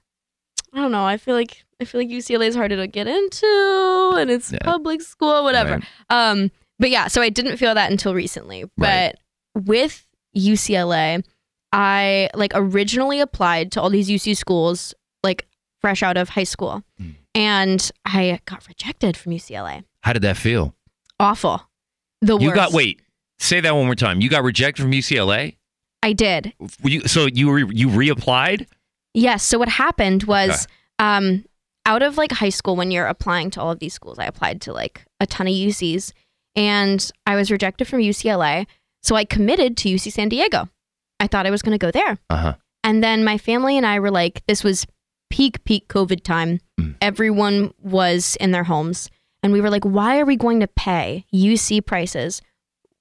Speaker 3: I don't know, I feel like I feel like UCLA is harder to get into and it's
Speaker 4: Yeah.
Speaker 3: public school, whatever.
Speaker 4: Right.
Speaker 3: Um but yeah, so I didn't feel that until recently.
Speaker 4: Right.
Speaker 3: But with UCLA, I like originally applied to all these UC schools like fresh out of high school.
Speaker 4: Mm.
Speaker 3: And I got rejected from UCLA.
Speaker 4: How did that feel?
Speaker 3: Awful. The
Speaker 4: You
Speaker 3: worst.
Speaker 4: got wait. Say that one more time. You got rejected from UCLA.
Speaker 3: I did.
Speaker 4: Were you- so you re, you reapplied.
Speaker 3: Yes. So what happened was, um, out of like high school, when you're applying to all of these schools, I applied to like a ton of UCs, and I was rejected from UCLA. So I committed to UC San Diego. I thought I was going to go there,
Speaker 4: Uh huh.
Speaker 3: and then my family and I were like, this was peak peak COVID time.
Speaker 4: Mm.
Speaker 3: Everyone was in their homes, and we were like, why are we going to pay UC prices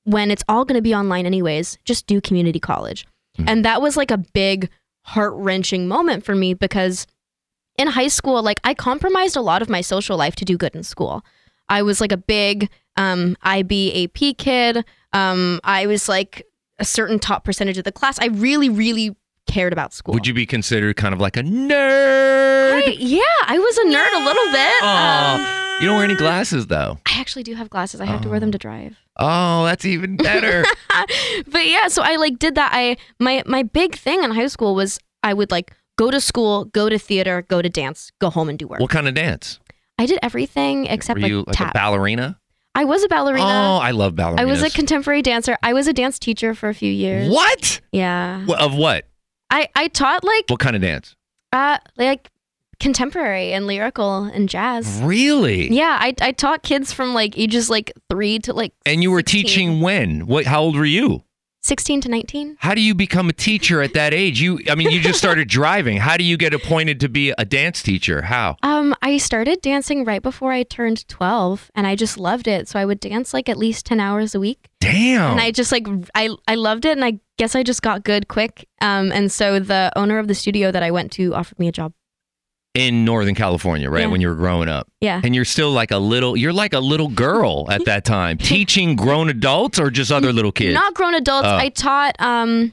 Speaker 3: when it's all going to be online anyways? Just do community college. And that was like a big heart wrenching moment for me because in high school, like I compromised a lot of my social life to do good in school. I was like a big um, IBAP kid. Um, I was like a certain top percentage of the class. I really, really cared about school.
Speaker 4: Would you be considered kind of like a nerd?
Speaker 3: I- yeah, I was a nerd a little bit. Um,
Speaker 4: Aw, you don't wear any glasses though.
Speaker 3: I actually do have glasses. I have to wear them to drive.
Speaker 4: Oh, that's even better.
Speaker 3: but yeah, so I like did that. I my my big thing in high school was I would like go to school, go to theater, go to dance, go home and do work.
Speaker 4: what kind of dance?
Speaker 3: I did everything except
Speaker 4: Were you
Speaker 3: like
Speaker 4: like a
Speaker 3: tap.
Speaker 4: ballerina?
Speaker 3: I was a ballerina.
Speaker 4: Oh, I love ballerinas.
Speaker 3: I was a contemporary dancer. I was a dance teacher for a few years.
Speaker 4: what?
Speaker 3: Yeah.
Speaker 4: Wh- Of what?
Speaker 3: I I taught like
Speaker 4: What kind of dance?
Speaker 3: uh like contemporary and lyrical and jazz.
Speaker 4: Really?
Speaker 3: Yeah, I I taught kids from like ages like 3 to like
Speaker 4: And you were
Speaker 3: 16.
Speaker 4: teaching when? What? How old were you?
Speaker 3: 16 to 19.
Speaker 4: How do you become a teacher at that age? You, I mean, you just started driving. How do you get appointed to be a dance teacher? How?
Speaker 3: Um, I started dancing right before I turned 12 and I just loved it. So I would dance like at least 10 hours a week.
Speaker 4: Damn.
Speaker 3: And I just like, I, I loved it. And I guess I just got good quick. Um, and so the owner of the studio that I went to offered me a job.
Speaker 4: In Northern California, right?
Speaker 3: Yeah.
Speaker 4: When you were growing up.
Speaker 3: Yeah.
Speaker 4: And you're still like a little, you're like a little girl at that time, teaching grown adults or just other little kids?
Speaker 3: Not grown adults.
Speaker 4: Oh.
Speaker 3: I taught, um,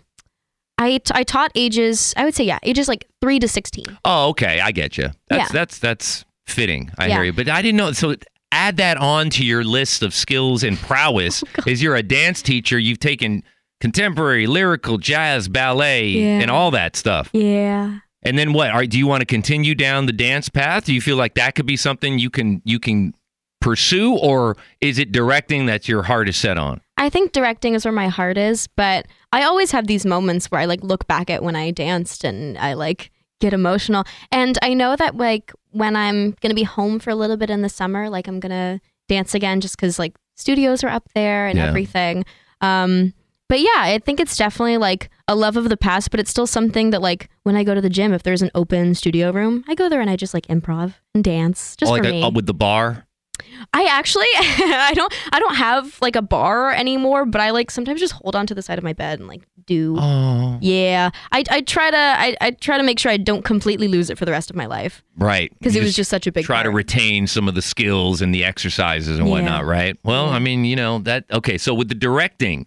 Speaker 3: I, t- I taught ages, I would say, yeah, ages like three to 16.
Speaker 4: oh, okay. I get you. That's,
Speaker 3: Yeah.
Speaker 4: that's, that's fitting. I hear
Speaker 3: Yeah.
Speaker 4: you. But I didn't know. So add that on to your list of skills and
Speaker 3: Oh,
Speaker 4: prowess is you're a dance teacher. You've taken contemporary, lyrical, jazz, ballet,
Speaker 3: Yeah.
Speaker 4: and all that stuff.
Speaker 3: Yeah.
Speaker 4: And then what? Are, do you want to continue down the dance path? Do you feel like that could be something you can you can pursue, or is it directing that your heart is set on?
Speaker 3: I think directing is where my heart is, but I always have these moments where I like look back at when I danced and I like get emotional. And I know that like when I'm going to be home for a little bit in the summer, like I'm going to dance again just cuz like studios are up there and
Speaker 4: Yeah.
Speaker 3: everything. Um but yeah, I think it's definitely like a love of the past, but it's still something that like when I go to the gym, if there's an open studio room, I go there and I just like improv and dance just
Speaker 4: like
Speaker 3: for
Speaker 4: a-
Speaker 3: me.
Speaker 4: uh, with the bar.
Speaker 3: I actually I don't I don't have like a bar anymore, but I like sometimes just hold on to the side of my bed and like do
Speaker 4: Oh,
Speaker 3: yeah. I, I try to I, I try to make sure I don't completely lose it for the rest of my life
Speaker 4: right.
Speaker 3: because
Speaker 4: You
Speaker 3: it was just such a big
Speaker 4: try to
Speaker 3: part.
Speaker 4: retain some of the skills and the exercises and
Speaker 3: Yeah.
Speaker 4: whatnot. Right. Well,
Speaker 3: Yeah.
Speaker 4: I mean, you know that. Okay, so with the directing.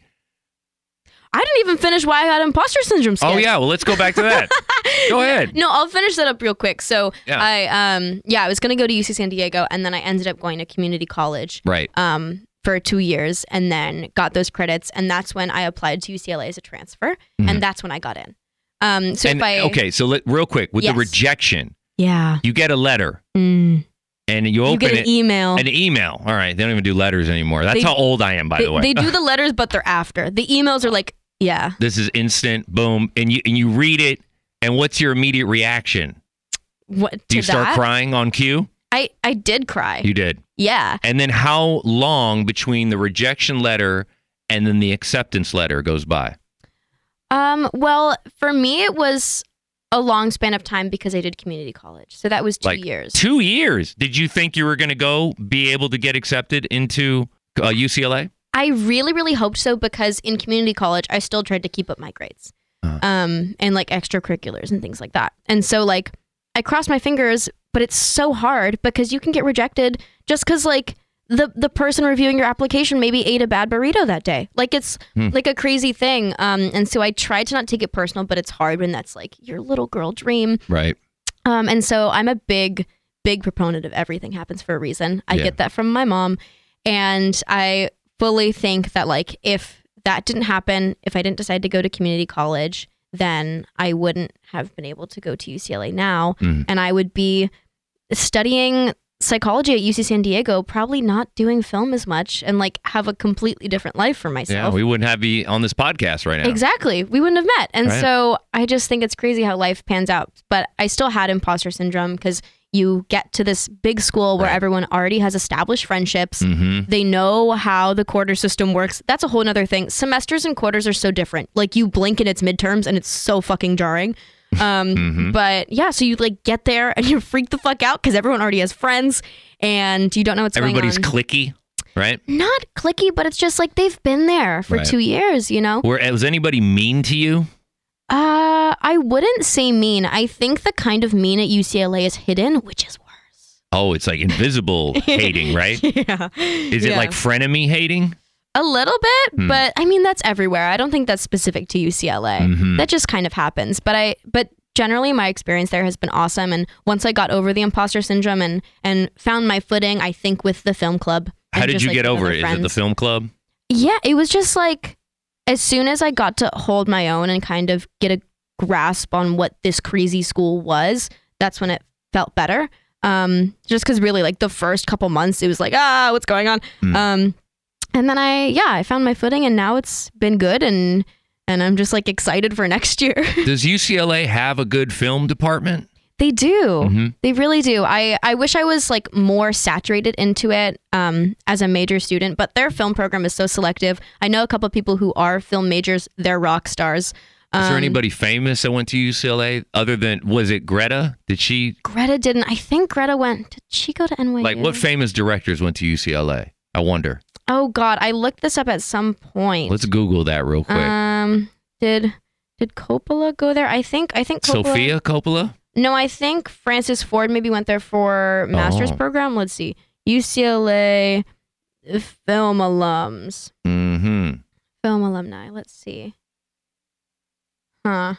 Speaker 3: I didn't even finish why I had imposter syndrome. Skit.
Speaker 4: Oh yeah. Well, let's go back to that. go ahead.
Speaker 3: No, I'll finish that up real quick. So
Speaker 4: Yeah.
Speaker 3: I um yeah, I was gonna go to UC San Diego and then I ended up going to community college
Speaker 4: Right.
Speaker 3: um, for two years and then got those credits. And that's when I applied to UCLA as a transfer.
Speaker 4: Mhm.
Speaker 3: And that's when I got in. Um, so
Speaker 4: and,
Speaker 3: if I.
Speaker 4: okay, so let, real quick with
Speaker 3: Yes.
Speaker 4: the rejection,
Speaker 3: Yeah.
Speaker 4: you get a letter
Speaker 3: Mm.
Speaker 4: and you
Speaker 3: You
Speaker 4: open
Speaker 3: get an
Speaker 4: it.
Speaker 3: email.
Speaker 4: An email. All right. They don't even do letters anymore. That's
Speaker 3: They-
Speaker 4: how old I am, by
Speaker 3: they,
Speaker 4: the way.
Speaker 3: they do the letters, but they're after. The emails are like, yeah.
Speaker 4: this is instant, boom, and you and you read it, and what's your immediate reaction?
Speaker 3: What,
Speaker 4: Do
Speaker 3: to
Speaker 4: you start
Speaker 3: that?
Speaker 4: crying on cue?
Speaker 3: I, I did cry.
Speaker 4: You did.
Speaker 3: yeah.
Speaker 4: And then how long between the rejection letter and then the acceptance letter goes by?
Speaker 3: Um, well, for me, it was a long span of time because I did community college. So that was two
Speaker 4: like
Speaker 3: years.
Speaker 4: Two years. Did you think you were going to go be able to get accepted into uh, UCLA?
Speaker 3: I really, really hoped so because in community college, I still tried to keep up my grades um, and like extracurriculars and things like that. And so, like, I crossed my fingers, but it's so hard because you can get rejected just because, like, the, the person reviewing your application maybe ate a bad burrito that day. Like it's like a crazy thing. Um, and so I tried to not take it personal, but it's hard when that's like your little girl dream.
Speaker 4: Right.
Speaker 3: Um, and so I'm a big, big proponent of everything happens for a reason. I
Speaker 4: Yeah.
Speaker 3: get that from my mom. And I fully think that, like, if that didn't happen, if I didn't decide to go to community college, then I wouldn't have been able to go to UCLA now.
Speaker 4: Mhm.
Speaker 3: And I would be studying psychology at UC San Diego, probably not doing film as much and like have a completely different life for
Speaker 4: Yeah,
Speaker 3: myself.
Speaker 4: we wouldn't have be on this podcast right now.
Speaker 3: Exactly. We wouldn't have met. And
Speaker 4: Right.
Speaker 3: so I just think it's crazy how life pans out. But I still had imposter syndrome because you get to this big school where
Speaker 4: Right.
Speaker 3: everyone already has established friendships.
Speaker 4: hmm
Speaker 3: They know how the quarter system works. That's a whole other thing. Semesters and quarters are so different. Like you blink and it's midterms and it's so fucking jarring. Um,
Speaker 4: Mm-hmm.
Speaker 3: But yeah, so you like get there and you're freaked the fuck out because everyone already has friends and you don't know what's
Speaker 4: Everybody's
Speaker 3: going on.
Speaker 4: clicky, right?
Speaker 3: Not clicky, but it's just like they've been there for
Speaker 4: Right.
Speaker 3: two years, you know?
Speaker 4: Where uh, was anybody mean to you?
Speaker 3: Uh, I wouldn't say mean. I think the kind of mean at UCLA is hidden, which is worse.
Speaker 4: Oh, it's like invisible hating, right?
Speaker 3: Yeah.
Speaker 4: Is it like Hmm. frenemy hating?
Speaker 3: a little bit, but I mean that's everywhere. I don't think that's specific to UCLA.
Speaker 4: Mm-hmm.
Speaker 3: That just kind of happens. But I but generally my experience there has been awesome and once I got over the imposter syndrome and and found my footing, I think with the film club.
Speaker 4: How
Speaker 3: and
Speaker 4: did
Speaker 3: just,
Speaker 4: you
Speaker 3: like,
Speaker 4: get
Speaker 3: with
Speaker 4: over
Speaker 3: other
Speaker 4: it? Is it the
Speaker 3: friends.
Speaker 4: film club?
Speaker 3: Yeah, it was just like as soon as I got to hold my own and kind of get a grasp on what this crazy school was, that's when it felt better. Um, just because really, like the first couple months, it was like, ah, what's going on? Um, and then I, yeah, I found my footing, and now it's been good, and and I'm just like excited for next year.
Speaker 4: Does UCLA have a good film department?
Speaker 3: They do.
Speaker 4: Mm-hmm.
Speaker 3: They really do. I, I wish I was like more saturated into it um, as a major student, but their film program is so selective. I know a couple of people who are film majors. They're rock stars.
Speaker 4: Is there
Speaker 3: Um,
Speaker 4: anybody famous that went to UCLA other than was it Greta? Did she
Speaker 3: Greta didn't. I think Greta went. Did she go to NYU?
Speaker 4: like what famous directors went to UCLA? I wonder.
Speaker 3: oh God, I looked this up at some point.
Speaker 4: Let's Google that real quick.
Speaker 3: um, did did Coppola go there? I think I think Coppola,
Speaker 4: Sophia Coppola?
Speaker 3: No, I think Francis Ford maybe went there for master's
Speaker 4: Oh.
Speaker 3: program. Let's see. UCLA film alums.
Speaker 4: hmm
Speaker 3: Film alumni. Let's see. Huh.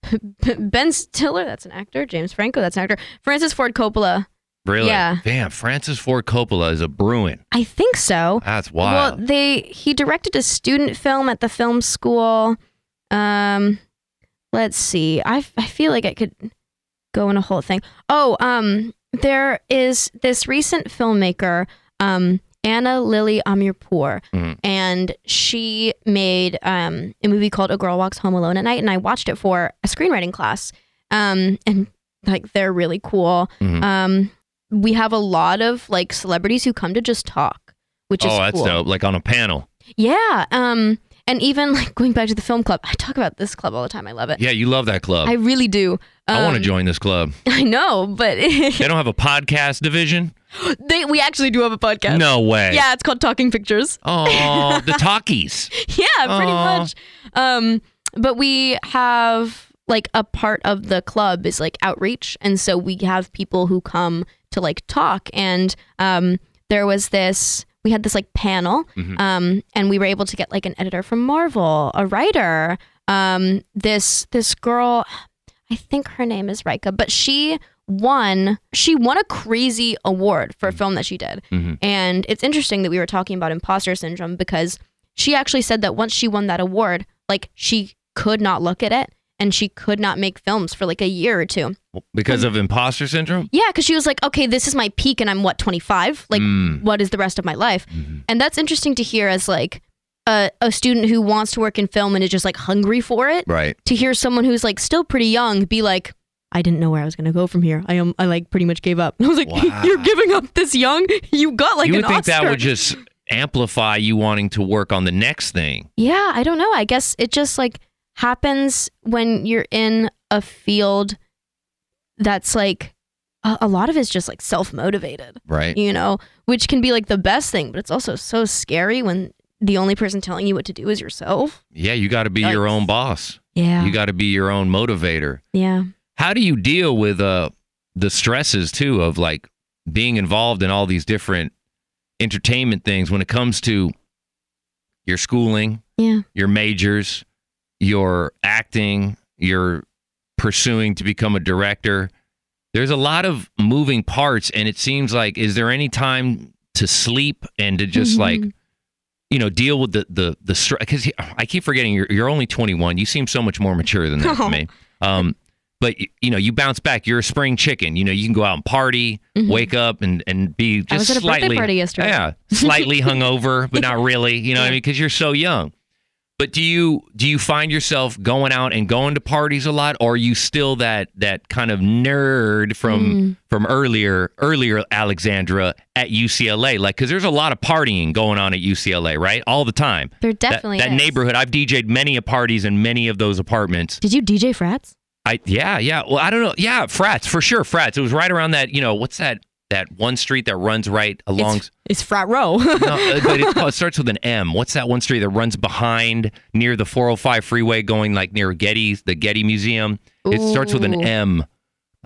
Speaker 3: ben Stiller, that's an actor. James Franco, that's an actor. Francis Ford Coppola.
Speaker 4: Really?
Speaker 3: Yeah.
Speaker 4: Damn, Francis Ford Coppola is a Bruin.
Speaker 3: I think so.
Speaker 4: That's wild.
Speaker 3: Well, they he directed a student film at the film school. Um, let's see. I I feel like I could go in a whole thing. Oh, um, there is this recent filmmaker, um, Anna Lily Amirpour,
Speaker 4: Mhm.
Speaker 3: and she made um a movie called A Girl Walks Home Alone at Night, and I watched it for a screenwriting class. Um, and like they're really cool.
Speaker 4: Mhm.
Speaker 3: Um, we have a lot of like celebrities who come to just talk. Which is
Speaker 4: oh, that's
Speaker 3: cool.
Speaker 4: dope. Like on a panel.
Speaker 3: Yeah. Um, and even like going back to the film club, I talk about this club all the time. I love it.
Speaker 4: Yeah, you love that club.
Speaker 3: I really do.
Speaker 4: I want to
Speaker 3: Um,
Speaker 4: join this club.
Speaker 3: I know, but
Speaker 4: They don't have a podcast division?
Speaker 3: they we actually do have a podcast.
Speaker 4: No way.
Speaker 3: Yeah, it's called Talking Pictures.
Speaker 4: Oh, the talkies.
Speaker 3: yeah, pretty
Speaker 4: Aw.
Speaker 3: much. Um, but we have like a part of the club is like outreach, and so we have people who come to like talk. And um, there was this. We had this like panel, um, and we were able to get like an editor from Marvel, a writer, um, this this girl. I think her name is Rika, but she won she won a crazy award for a film that she did.
Speaker 4: Mm.
Speaker 3: And it's interesting that we were talking about imposter syndrome because she actually said that once she won that award, like she could not look at it and she could not make films for like a year or two.
Speaker 4: Because of imposter syndrome?
Speaker 3: Yeah, because she was like, okay, this is my peak, and I'm what 25. Like,
Speaker 4: Mm.
Speaker 3: what is the rest of my life?
Speaker 4: Mm-hmm.
Speaker 3: And that's interesting to hear as like a, a student who wants to work in film and is just like hungry for it.
Speaker 4: Right.
Speaker 3: To hear someone who's like still pretty young be like, I didn't know where I was gonna go from here. I am. I like pretty much gave up. I was like,
Speaker 4: Wow.
Speaker 3: you're giving up this young. You got like
Speaker 4: you would
Speaker 3: an
Speaker 4: think that
Speaker 3: Oscar."
Speaker 4: would just amplify you wanting to work on the next thing.
Speaker 3: Yeah, I don't know. I guess it just like happens when you're in a field that's like a, a lot of it's just like self motivated,
Speaker 4: Right.
Speaker 3: you know, which can be like the best thing, but it's also so scary when the only person telling you what to do is yourself.
Speaker 4: Yeah, you got to be your
Speaker 3: Yikes.
Speaker 4: own boss.
Speaker 3: Yeah.
Speaker 4: You got to be your own motivator.
Speaker 3: yeah.
Speaker 4: How do you deal with uh the stresses too of like being involved in all these different entertainment things when it comes to your schooling,
Speaker 3: Yeah.
Speaker 4: your majors, your acting, your pursuing to become a director. There's a lot of moving parts and it seems like is there any time to sleep and to just like you know deal with the the the stress because I keep forgetting you're you're only 21. You seem so much more mature than that to me. Um, but y- you know you bounce back. You're a spring chicken. You know you can go out and party, wake up and and be just
Speaker 3: Mm-hmm. I was at a birthday
Speaker 4: slightly
Speaker 3: party yesterday.
Speaker 4: yeah slightly hungover, but not really. You know what I mean because you're so young. But do you do you find yourself going out and going to parties a lot, or are you still that that kind of nerd from
Speaker 3: Mm.
Speaker 4: from earlier earlier Alexandra at UCLA? Like, because there's a lot of partying going on at UCLA, right? All the time.
Speaker 3: There
Speaker 4: That-
Speaker 3: definitely
Speaker 4: that,
Speaker 3: is.
Speaker 4: neighborhood. I've DJ'd many a parties in many of those apartments.
Speaker 3: Did you DJ frats?
Speaker 4: I yeah yeah. Well, I don't know. Yeah, frats for sure. Frats. It was right around that. You know what's that that one street that runs right along.
Speaker 3: It's frat row.
Speaker 4: No, uh, but it's called, it starts with an M. What's that one street that runs behind near the 405 freeway going like near Getty's, the Getty Museum? It starts with an
Speaker 3: Ooh.
Speaker 4: M.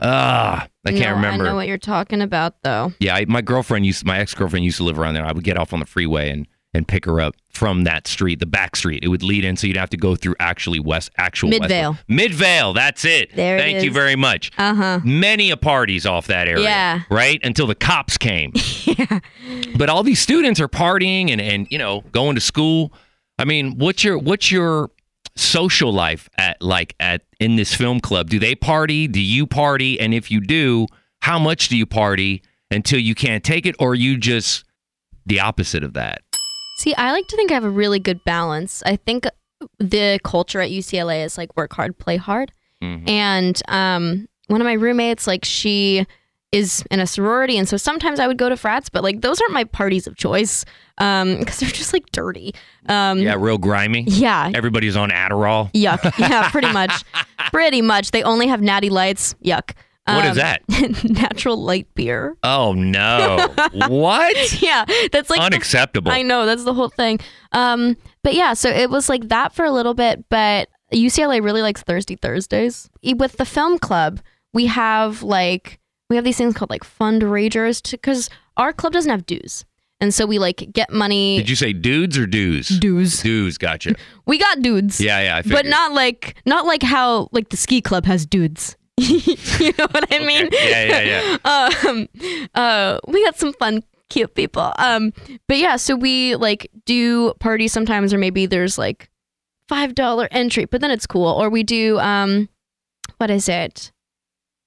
Speaker 4: Ah, I can't
Speaker 3: No,
Speaker 4: remember.
Speaker 3: I know what you're talking about though.
Speaker 4: yeah, I, my girlfriend used, my ex girlfriend used to live around there. I would get off on the freeway and and pick her up from that street, the back street. It would lead in, so you'd have to go through actually West, actual
Speaker 3: Midvale.
Speaker 4: West. Midvale, that's it.
Speaker 3: There it
Speaker 4: Thank you
Speaker 3: is.
Speaker 4: very much.
Speaker 3: Uh huh.
Speaker 4: Many a parties off that area.
Speaker 3: Yeah.
Speaker 4: Right? Until the cops came. But all these students are partying and, and you know, going to school. I mean, what's your what's your social life at like at in this film club? Do they party? Do you party? And if you do, how much do you party until you can't take it? Or are you just the opposite of that?
Speaker 3: See, I like to think I have a really good balance. I think the culture at UCLA is like work hard, play hard.
Speaker 4: Mm-hmm.
Speaker 3: And um, one of my roommates, like she is in a sorority, and so sometimes I would go to frats, but like those aren't my parties of choice because they're just like dirty. Um,
Speaker 4: Yeah, real grimy.
Speaker 3: yeah,
Speaker 4: Everybody's on Adderall.
Speaker 3: yuck. Yeah, pretty much, pretty much. They only have natty lights. Yuck. Um,
Speaker 4: What is that?
Speaker 3: natural light beer.
Speaker 4: Oh no. what?
Speaker 3: Yeah, that's like the
Speaker 4: Unacceptable.
Speaker 3: I know that's the whole thing. Um, but yeah, so it was like that for a little bit. But UCLA really likes Thursday Thursdays. E- With the film club, we have like we have these things called like fundraisers because our club doesn't have dues, and so we like get money.
Speaker 4: Did you say dudes or dues?
Speaker 3: dues?
Speaker 4: Dudes, gotcha.
Speaker 3: We got dudes.
Speaker 4: Yeah, yeah. I
Speaker 3: but
Speaker 4: figured.
Speaker 3: not like not like how like the ski club has dudes. you know what I mean?
Speaker 4: Yeah, yeah, yeah.
Speaker 3: um, uh, we had some fun, cute people. Um, but yeah, so we like do parties sometimes, or maybe there's like five dollar entry, but then it's cool. Or we do um, what is it?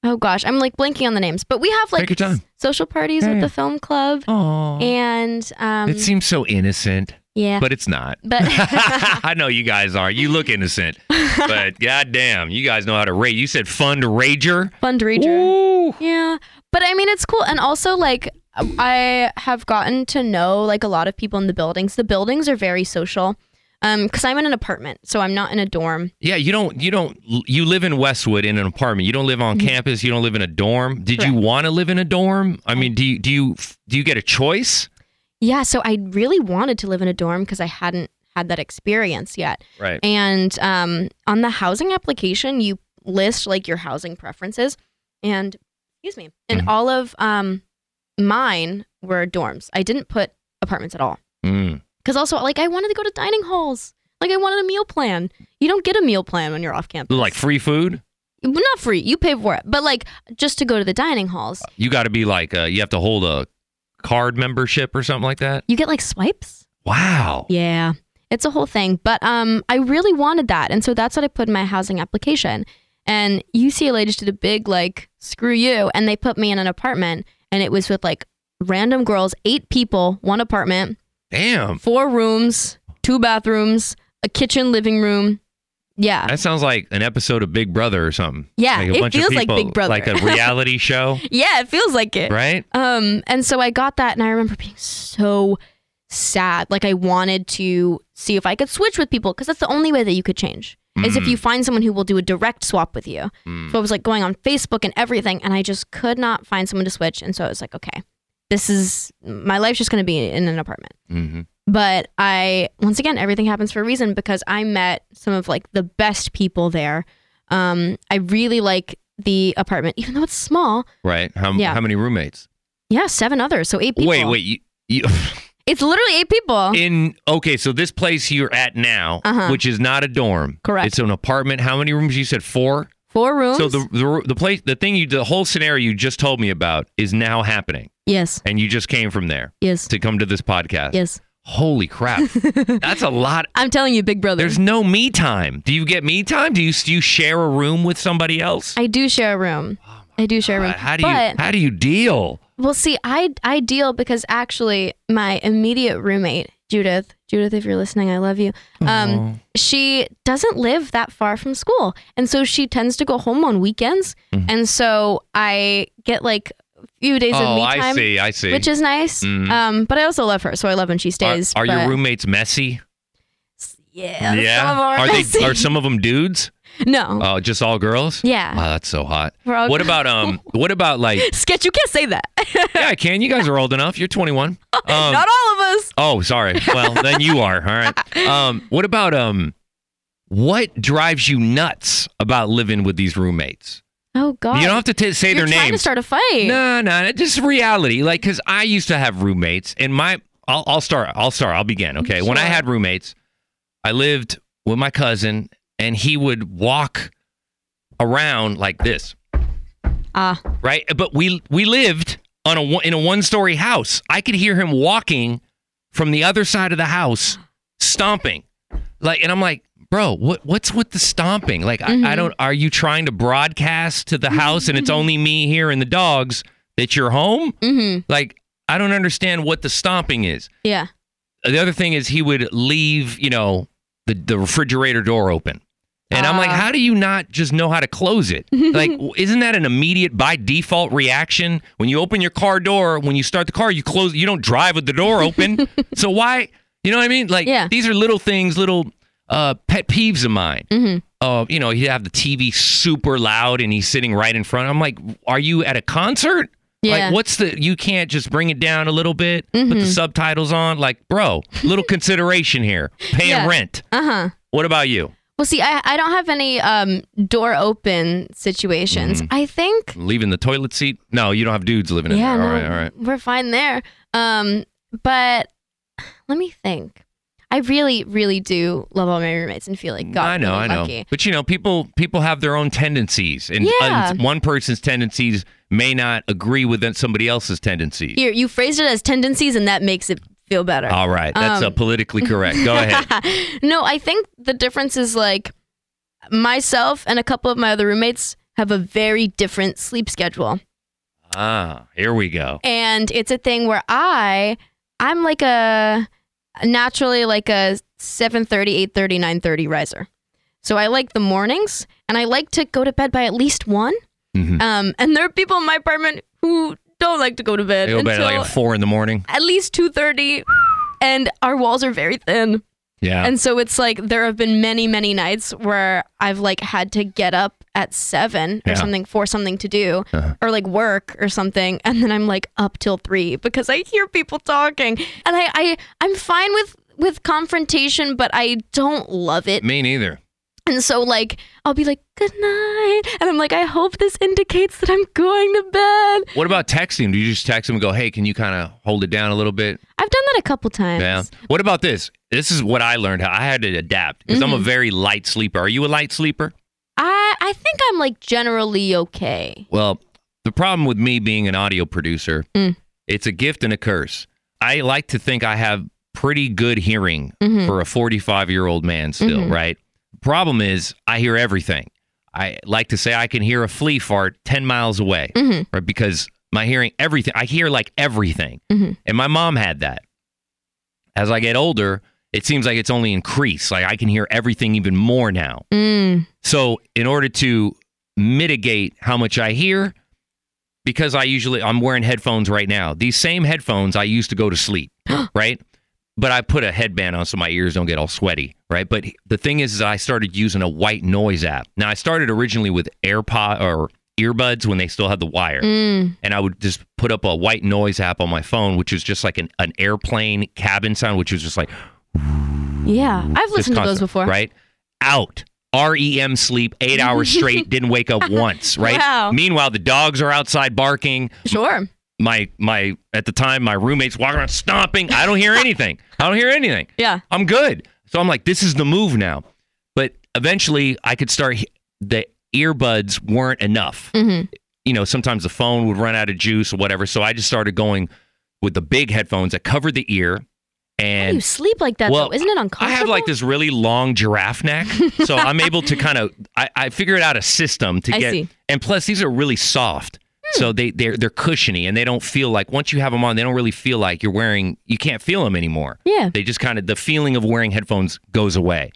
Speaker 3: Oh gosh, I'm like blanking on the names, but we have like
Speaker 4: Take your time.
Speaker 3: s- social parties
Speaker 4: Yeah,
Speaker 3: with
Speaker 4: yeah.
Speaker 3: the film club,
Speaker 4: Aw.
Speaker 3: and um,
Speaker 4: it seems so innocent,
Speaker 3: yeah,
Speaker 4: but it's not.
Speaker 3: but
Speaker 4: I know you guys are. You look innocent, but goddamn, you guys know how to rage. You said fundraiser.
Speaker 3: fundraiser. Yeah. But I mean, it's cool. And also, like, I have gotten to know, like, a lot of people in the buildings. The buildings are very social. Um, because I'm in an apartment, so I'm not in a dorm.
Speaker 4: Yeah, you don't. You don't. You live in Westwood in an apartment. You don't live on campus. You don't live in a dorm. Did you
Speaker 3: Mm-hmm. Correct.
Speaker 4: want to live in a dorm? I mean, do you do you do you get a choice?
Speaker 3: Yeah, so I really wanted to live in a dorm because I hadn't had that experience yet.
Speaker 4: Right.
Speaker 3: And um, on the housing application, you list like your housing preferences, and excuse me, and all of um, mine were dorms. I didn't put apartments at all.
Speaker 4: Mm.
Speaker 3: Because also, like, I wanted to go to dining halls. Like, I wanted a meal plan. You don't get a meal plan when you're off campus.
Speaker 4: Like free food.
Speaker 3: Well, not free. You pay for it. But, like, just to go to the dining halls,
Speaker 4: You got to be like. Uh, you have to hold a card membership or something like that.
Speaker 3: you get, like, swipes.
Speaker 4: Wow.
Speaker 3: Yeah. It's a whole thing. But um, I really wanted that. And so that's what I put in my housing application. And UCLA just did a big, like, screw you. And they put me in an apartment. And it was with, like, random girls, eight people, one apartment,
Speaker 4: Damn.
Speaker 3: four rooms, two bathrooms, a kitchen, living room. Yeah.
Speaker 4: That sounds like an episode of Big Brother or something.
Speaker 3: Yeah,
Speaker 4: like
Speaker 3: it feels like Big Brother.
Speaker 4: like a reality show,
Speaker 3: Yeah, it feels like it.
Speaker 4: right?
Speaker 3: Um, and so I got that, and I remember being so sad. Like I wanted to see if I could switch with people because that's the only way that you could change is if you find someone who will do a direct swap with you. So I was like going on Facebook and everything, and I just could not find someone to switch. And so I was like, okay, this is my life's just going to be in an apartment.
Speaker 4: Mm-hmm.
Speaker 3: But I, once again, everything happens for a reason because I met some of like the best people there. Um, I really like the apartment, even though it's small.
Speaker 4: Right. How,
Speaker 3: Yeah.
Speaker 4: how many roommates?
Speaker 3: Yeah, seven others, so eight people. Uh-huh.
Speaker 4: Wait, wait. You, you,
Speaker 3: It's literally eight people.
Speaker 4: in okay, so this place you're at now,
Speaker 3: Uh-huh.
Speaker 4: which is not a dorm,
Speaker 3: Correct.
Speaker 4: It's an apartment. How many rooms? You said four.
Speaker 3: Four rooms.
Speaker 4: So the, the the place, the thing you, the whole scenario you just told me about is now happening,
Speaker 3: yes,
Speaker 4: and you just came from there
Speaker 3: yes,
Speaker 4: to come to this podcast.
Speaker 3: yes.
Speaker 4: Holy crap, that's a lot.
Speaker 3: I'm telling you, Big Brother.
Speaker 4: There's no me time. Do you get me time? Do you do you share a room with somebody else?
Speaker 3: I do share a room. I do share a room.
Speaker 4: Oh God, how do
Speaker 3: but,
Speaker 4: you how do you deal?
Speaker 3: Well, see, I I deal because actually my immediate roommate Judith, Judith, if you're listening, I love you. Um, she doesn't live that far from school, and so she tends to go home on weekends,
Speaker 4: Mm-hmm.
Speaker 3: and so I get like a few days of
Speaker 4: oh,
Speaker 3: me
Speaker 4: I
Speaker 3: time,
Speaker 4: see. I see.
Speaker 3: which is nice. Um, but I also love her, so I love when she
Speaker 4: are,
Speaker 3: stays.
Speaker 4: are your
Speaker 3: but-
Speaker 4: roommates messy?
Speaker 3: Yeah,
Speaker 4: yeah.
Speaker 3: some of 'em are,
Speaker 4: are
Speaker 3: messy.
Speaker 4: they are some of them dudes?
Speaker 3: no,
Speaker 4: Oh, just all girls?
Speaker 3: Yeah.
Speaker 4: Wow, that's so hot.
Speaker 3: We're all
Speaker 4: What
Speaker 3: girls.
Speaker 4: about um? What about like?
Speaker 3: sketch. You can't say that.
Speaker 4: Yeah, I can. You guys are old enough. You're 21. Um,
Speaker 3: Not all of us.
Speaker 4: oh, sorry. Well, then you are. All right. Um, what about um? What drives you nuts about living with these roommates?
Speaker 3: Oh God,
Speaker 4: You don't have to t- say
Speaker 3: you're
Speaker 4: their
Speaker 3: trying to
Speaker 4: names.
Speaker 3: start a fight.
Speaker 4: No, no, just reality. Like, cause I used to have roommates, and my, I'll, I'll start. I'll start. I'll begin. Okay, when I
Speaker 3: Sure.
Speaker 4: had roommates, I lived with my cousin, and he would walk around like this,
Speaker 3: Ah,
Speaker 4: right? But we we lived on a one- in a one story house. I could hear him walking from the other side of the house, stomping, like, and I'm like. Bro, what what's with the stomping? Like, I, I don't. Are you trying to broadcast to the house, and it's only me here and the dogs that you're home?
Speaker 3: mm-hmm.
Speaker 4: Like, I don't understand what the stomping is.
Speaker 3: Yeah.
Speaker 4: The other thing is he would leave, you know, the, the refrigerator door open. And I'm like, how do you not just know how to close it? Like, w- isn't that an immediate by default reaction? When you open your car door, when you start the car, you close, you don't drive with the door open. so why, you know what I mean? Like,
Speaker 3: Yeah.
Speaker 4: these are little things, little uh, pet peeves of mine. Uh, you know, he'd have the TV super loud and he's sitting right in front. I'm like, are you at a concert?
Speaker 3: Yeah. Mm-hmm.
Speaker 4: Like, what's the, you can't just bring it down a little bit, put the subtitles on? Like, bro, little consideration here. Paying
Speaker 3: Yeah.
Speaker 4: rent.
Speaker 3: Uh huh.
Speaker 4: What about you?
Speaker 3: Well, see, I, I don't have any um, door open situations. I think,
Speaker 4: Leaving the toilet seat? No, you don't have dudes living Mm-hmm. in
Speaker 3: yeah,
Speaker 4: there.
Speaker 3: no,
Speaker 4: All right, all right.
Speaker 3: we're fine there. Um, but let me think. I really, really do love all my roommates and feel like God.
Speaker 4: I know, I
Speaker 3: really
Speaker 4: know.
Speaker 3: lucky.
Speaker 4: But you know, people people have their own tendencies, and
Speaker 3: Yeah.
Speaker 4: un- one person's tendencies may not agree with then somebody else's tendencies.
Speaker 3: Here, you phrased it as tendencies, and that makes it feel better.
Speaker 4: All right, that's
Speaker 3: Um,
Speaker 4: uh, politically correct. Go ahead.
Speaker 3: no, I think the difference is like myself and a couple of my other roommates have a very different sleep schedule.
Speaker 4: Ah, here we go.
Speaker 3: and it's a thing where i i'm like a naturally like a 7.30 8.30 9.30 riser so i like the mornings and i like to go to bed by at least one
Speaker 4: Mhm.
Speaker 3: um, and there are people in my apartment who don't like to go to bed
Speaker 4: They go to bed
Speaker 3: until
Speaker 4: at like four in the morning.
Speaker 3: at least 2.30 and our walls are very thin
Speaker 4: Yeah.
Speaker 3: and so it's like there have been many, many nights where I've like had to get up at seven or
Speaker 4: Yeah. Uh-huh.
Speaker 3: something for something to do or like work or something. And then I'm like up till three because I hear people talking. And I, I I'm fine with with confrontation, but I don't love it.
Speaker 4: Me neither.
Speaker 3: And so like I'll be like, good night. And I'm like, I hope this indicates that I'm going to bed.
Speaker 4: What about texting? Do you just text them and go, hey, can you kind of hold it down a little bit?
Speaker 3: I've done that a couple times.
Speaker 4: Yeah. What about this? This is what I learned how I had to adapt because I'm a very light sleeper. Are you a light sleeper?
Speaker 3: I I think I'm like generally okay.
Speaker 4: Well, the problem with me being an audio producer,
Speaker 3: Mm.
Speaker 4: it's a gift and a curse. I like to think I have pretty good hearing
Speaker 3: Mhm.
Speaker 4: for a 45 year old man still,
Speaker 3: Mhm.
Speaker 4: right? Problem is, I hear everything. I like to say I can hear a flea fart 10 miles away,
Speaker 3: Mhm.
Speaker 4: right? Because my hearing, everything, I hear like everything.
Speaker 3: Mhm.
Speaker 4: And my mom had that. As I get older, it seems like it's only increased. Like I can hear everything even more now.
Speaker 3: Mm.
Speaker 4: So, in order to mitigate how much I hear, because I usually I'm wearing headphones right now. These same headphones I use to go to sleep, right? but I put a headband on so my ears don't get all sweaty, right? But the thing is, is I started using a white noise app. Now I started originally with AirPod or earbuds when they still had the wire, and I would just put up a white noise app on my phone, which was just like an, an airplane cabin sound, which was just like
Speaker 3: Yeah, I've
Speaker 4: just
Speaker 3: listened to those
Speaker 4: constant,
Speaker 3: before.
Speaker 4: right? Out. REM sleep, eight hours straight, didn't wake up once, right?
Speaker 3: Wow.
Speaker 4: Meanwhile, the dogs are outside barking
Speaker 3: Sure.
Speaker 4: my my at the time my roommates walking around stomping. I don't hear anything. I don't hear anything.
Speaker 3: Yeah.
Speaker 4: I'm good. So I'm like, this is the move now. But eventually, I could start. he- The earbuds weren't enough.
Speaker 3: Mm-hmm.
Speaker 4: You know, sometimes the phone would run out of juice or whatever. So I just started going with the big headphones that covered the ear. And
Speaker 3: you sleep like that
Speaker 4: well,
Speaker 3: though. Isn't it
Speaker 4: I
Speaker 3: uncomfortable?
Speaker 4: have like this really long giraffe neck, so I'm able to kind of I, I figured out a system to
Speaker 3: I
Speaker 4: get.
Speaker 3: see.
Speaker 4: And plus, these are really soft, so they they're they're cushiony, and they don't feel like once you have them on, they don't really feel like you're wearing. You can't feel them anymore.
Speaker 3: Yeah.
Speaker 4: they just kind of the feeling of wearing headphones goes away.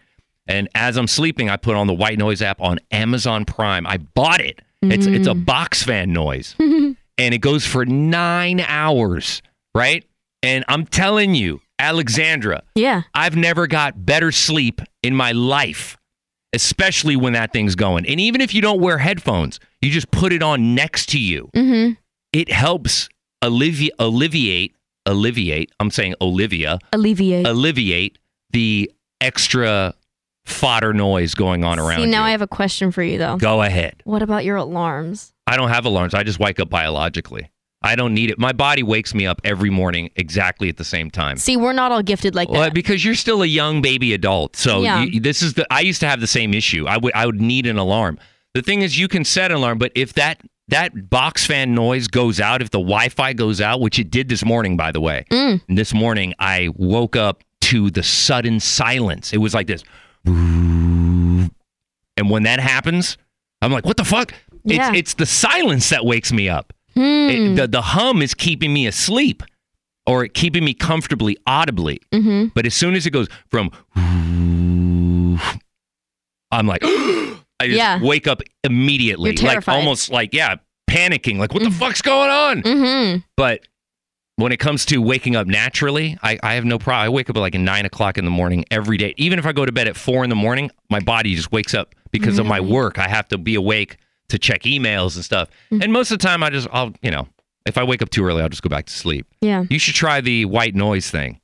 Speaker 4: And as I'm sleeping, I put on the white noise app on Amazon Prime. I bought it. It's it's
Speaker 3: Mm.
Speaker 4: a box fan noise and it goes for nine hours, right? And I'm telling you, Alexandra,
Speaker 3: Yeah.
Speaker 4: I've never got better sleep in my life, especially when that thing's going. And even if you don't wear headphones, you just put it on next to you.
Speaker 3: Mm-hmm.
Speaker 4: It helps allevi- alleviate, alleviate, I'm saying Olivia,
Speaker 3: Alleviate.
Speaker 4: alleviate the extra fodder noise going on around
Speaker 3: See, now I
Speaker 4: you.
Speaker 3: have a question for you though.
Speaker 4: Go ahead.
Speaker 3: What about your alarms?
Speaker 4: I don't have alarms. I just wake up biologically. I don't need it. My body wakes me up every morning exactly at the same time.
Speaker 3: See, we're not all gifted like
Speaker 4: Well,
Speaker 3: that.
Speaker 4: because you're still a young baby adult. So
Speaker 3: Yeah.
Speaker 4: you, this is the I used to have the same issue. I would I would need an alarm. The thing is you can set an alarm, but if that that box fan noise goes out, if the Wi-Fi goes out, which it did this morning by the way.
Speaker 3: Mm.
Speaker 4: This morning I woke up to the sudden silence. It was like this. And when that happens, I'm like, "What the fuck?"
Speaker 3: Yeah. Mm.
Speaker 4: It's it's the silence that wakes me up.
Speaker 3: Hmm.
Speaker 4: It- the the hum is keeping me asleep or keeping me comfortably audibly.
Speaker 3: mm-hmm.
Speaker 4: But as soon as it goes from, I'm like, I just
Speaker 3: Yeah.
Speaker 4: wake up immediately,
Speaker 3: You're
Speaker 4: like
Speaker 3: terrified. Mm.
Speaker 4: almost like yeah, panicking, like what the fuck's going on?
Speaker 3: Mm-hmm.
Speaker 4: But when it comes to waking up naturally, I, I have no problem. I wake up at like nine o'clock in the morning every day. Even if I go to bed at four in the morning, my body just wakes up because of
Speaker 3: Mm.
Speaker 4: my work. I have to be awake to check emails and stuff.
Speaker 3: Mm.
Speaker 4: And most of the time, I just I'll you know if I wake up too early, I'll just go back to sleep.
Speaker 3: Yeah.
Speaker 4: You should try the white noise thing.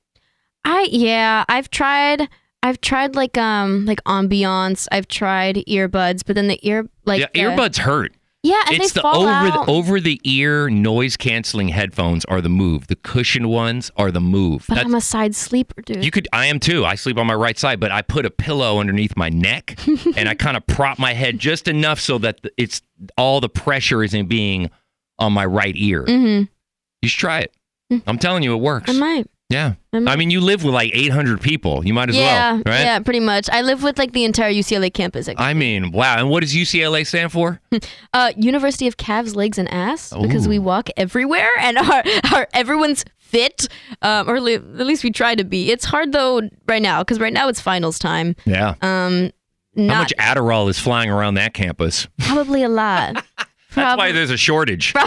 Speaker 3: I yeah, I've tried I've tried like um like ambiance. I've tried earbuds, but then the ear like the-
Speaker 4: yeah, earbuds hurt.
Speaker 3: Yeah, and
Speaker 4: it's
Speaker 3: they
Speaker 4: the
Speaker 3: fall
Speaker 4: over
Speaker 3: out.
Speaker 4: the over the ear noise canceling headphones are the move. The cushion ones are the move.
Speaker 3: but
Speaker 4: That's-
Speaker 3: I'm a side sleeper, dude.
Speaker 4: you could I am too. I sleep on my right side, but I put a pillow underneath my neck and I kind of prop my head just enough so that the- it's all the pressure isn't being on my right ear.
Speaker 3: mm-hmm.
Speaker 4: You should try it. I'm telling you it works.
Speaker 3: Mm. I might.
Speaker 4: yeah.
Speaker 3: I might.
Speaker 4: I mean you live with like 800 people. You might as
Speaker 3: yeah,
Speaker 4: well, right?
Speaker 3: yeah, pretty much. I live with like the entire UCLA campus. Like,
Speaker 4: I mean, wow. And what does UCLA stand for?
Speaker 3: uh, University of Calves, Legs, and Ass, because we
Speaker 4: Ooh.
Speaker 3: walk everywhere and our, our everyone's fit, um, or li- at least we try to be. It's hard though right now because right now it's finals time.
Speaker 4: Yeah.
Speaker 3: Um,
Speaker 4: How
Speaker 3: not
Speaker 4: much Adderall is flying around that campus?
Speaker 3: probably a lot.
Speaker 4: That's
Speaker 3: Probably-
Speaker 4: why there's a shortage.
Speaker 3: yeah.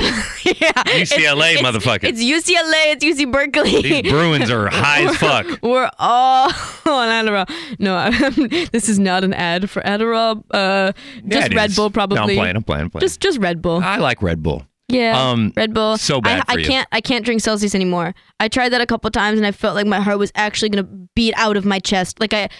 Speaker 4: UCLA, motherfucker.
Speaker 3: It's UCLA. It's UC Berkeley.
Speaker 4: These Bruins are high as fuck.
Speaker 3: We're all on Adderall. No, I'm- this is not an ad for Adderall. Uh,
Speaker 4: Yeah,
Speaker 3: just
Speaker 4: it
Speaker 3: Red
Speaker 4: is.
Speaker 3: Bull, probably.
Speaker 4: No, I'm playing. I'm playing. I'm playing.
Speaker 3: Just, just Red Bull.
Speaker 4: I like Red Bull.
Speaker 3: yeah,
Speaker 4: um,
Speaker 3: Red Bull.
Speaker 4: so bad
Speaker 3: I, I
Speaker 4: for you.
Speaker 3: can't. I can't drink Celsius anymore. I tried that a couple times, and I felt like my heart was actually gonna beat out of my chest. Like I,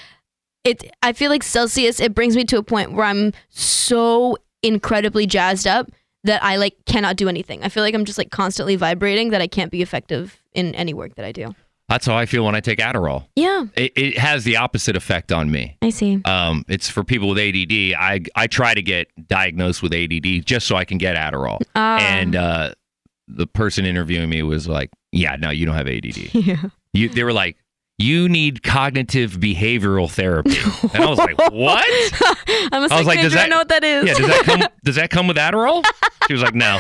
Speaker 3: it. I feel like Celsius. It brings me to a point where I'm so incredibly jazzed up that I like cannot do anything. I feel like I'm just like constantly vibrating that I can't be effective in any work that I do.
Speaker 4: That's how I feel when I take Adderall.
Speaker 3: Yeah,
Speaker 4: It, it has the opposite effect on me.
Speaker 3: I see.
Speaker 4: Um, it's for people with ADD. I I try to get diagnosed with ADD just so I can get Adderall.
Speaker 3: Ah.
Speaker 4: and uh, the person interviewing me was like, "Yeah, no, you don't have ADD.
Speaker 3: Yeah.
Speaker 4: you, they were like." You need cognitive behavioral therapy, and I was like, "What?"
Speaker 3: I'm a
Speaker 4: I was
Speaker 3: psych
Speaker 4: like, does
Speaker 3: major. I
Speaker 4: that-
Speaker 3: know what that is.
Speaker 4: Yeah, does that come does that come with Adderall? She was like, No.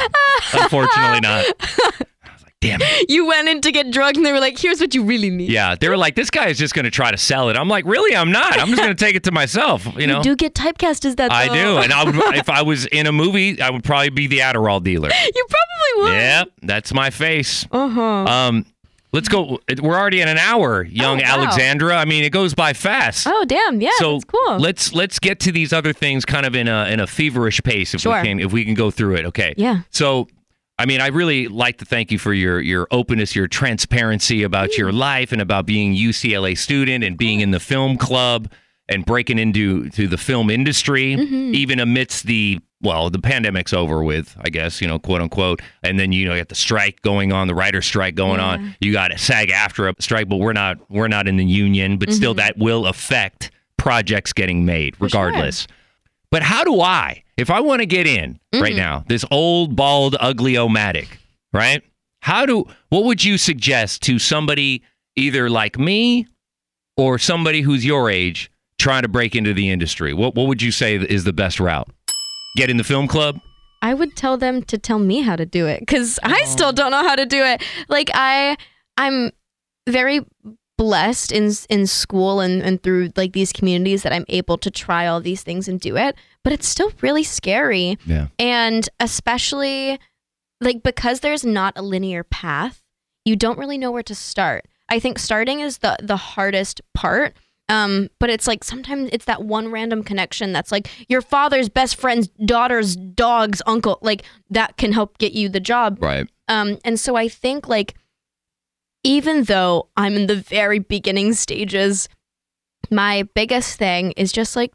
Speaker 4: Unfortunately not. I was like, damn it.
Speaker 3: you went in to get drugged, and they were like, "Here's what you really need."
Speaker 4: Yeah. They were like, This guy is just gonna try to sell it. I'm like, really? I'm not. I'm just gonna take it to myself, you know?
Speaker 3: You do get typecast as that.
Speaker 4: I
Speaker 3: though.
Speaker 4: do. And I would if I was in a movie, I would probably be the Adderall dealer.
Speaker 3: you probably would. Oh.
Speaker 4: yeah, that's my face.
Speaker 3: Uh huh.
Speaker 4: Um Let's go. We're already in an hour, young
Speaker 3: Oh, wow.
Speaker 4: Alexandra. I mean, it goes by fast.
Speaker 3: Oh damn! Yeah,
Speaker 4: so
Speaker 3: that's cool.
Speaker 4: let's let's get to these other things kind of in a in a feverish pace if
Speaker 3: Sure.
Speaker 4: we can if we can go through it. Okay.
Speaker 3: Yeah.
Speaker 4: So I mean, I really like to thank you for your your openness, your transparency about your life and about being UCLA student and being in the film club and breaking into to the film industry even amidst the well, the pandemic's over with, I guess, you know, quote unquote. And then you know, you got the strike going on, the writer strike going on. You got a SAG after a strike, but we're not we're not in the union, but still that will affect projects getting made regardless. But how do I, if I want to get in right now, this old, bald, ugly omatic, right? How do, what would you suggest to somebody either like me or somebody who's your age trying to break into the industry? What, what would you say is the best route? Get in the film club?
Speaker 3: I would tell them to tell me how to do it because I still don't know how to do it. Like I, I'm very blessed in in school and and through like these communities that I'm able to try all these things and do it. But it's still really scary,
Speaker 4: Yeah.
Speaker 3: and especially like because there's not a linear path, you don't really know where to start. I think starting is the the hardest part. Um, but it's like sometimes it's that one random connection that's like your father's best friend's daughter's dog's uncle, like that can help get you the job.
Speaker 4: Right.
Speaker 3: Um, and so I think like even though I'm in the very beginning stages, my biggest thing is just like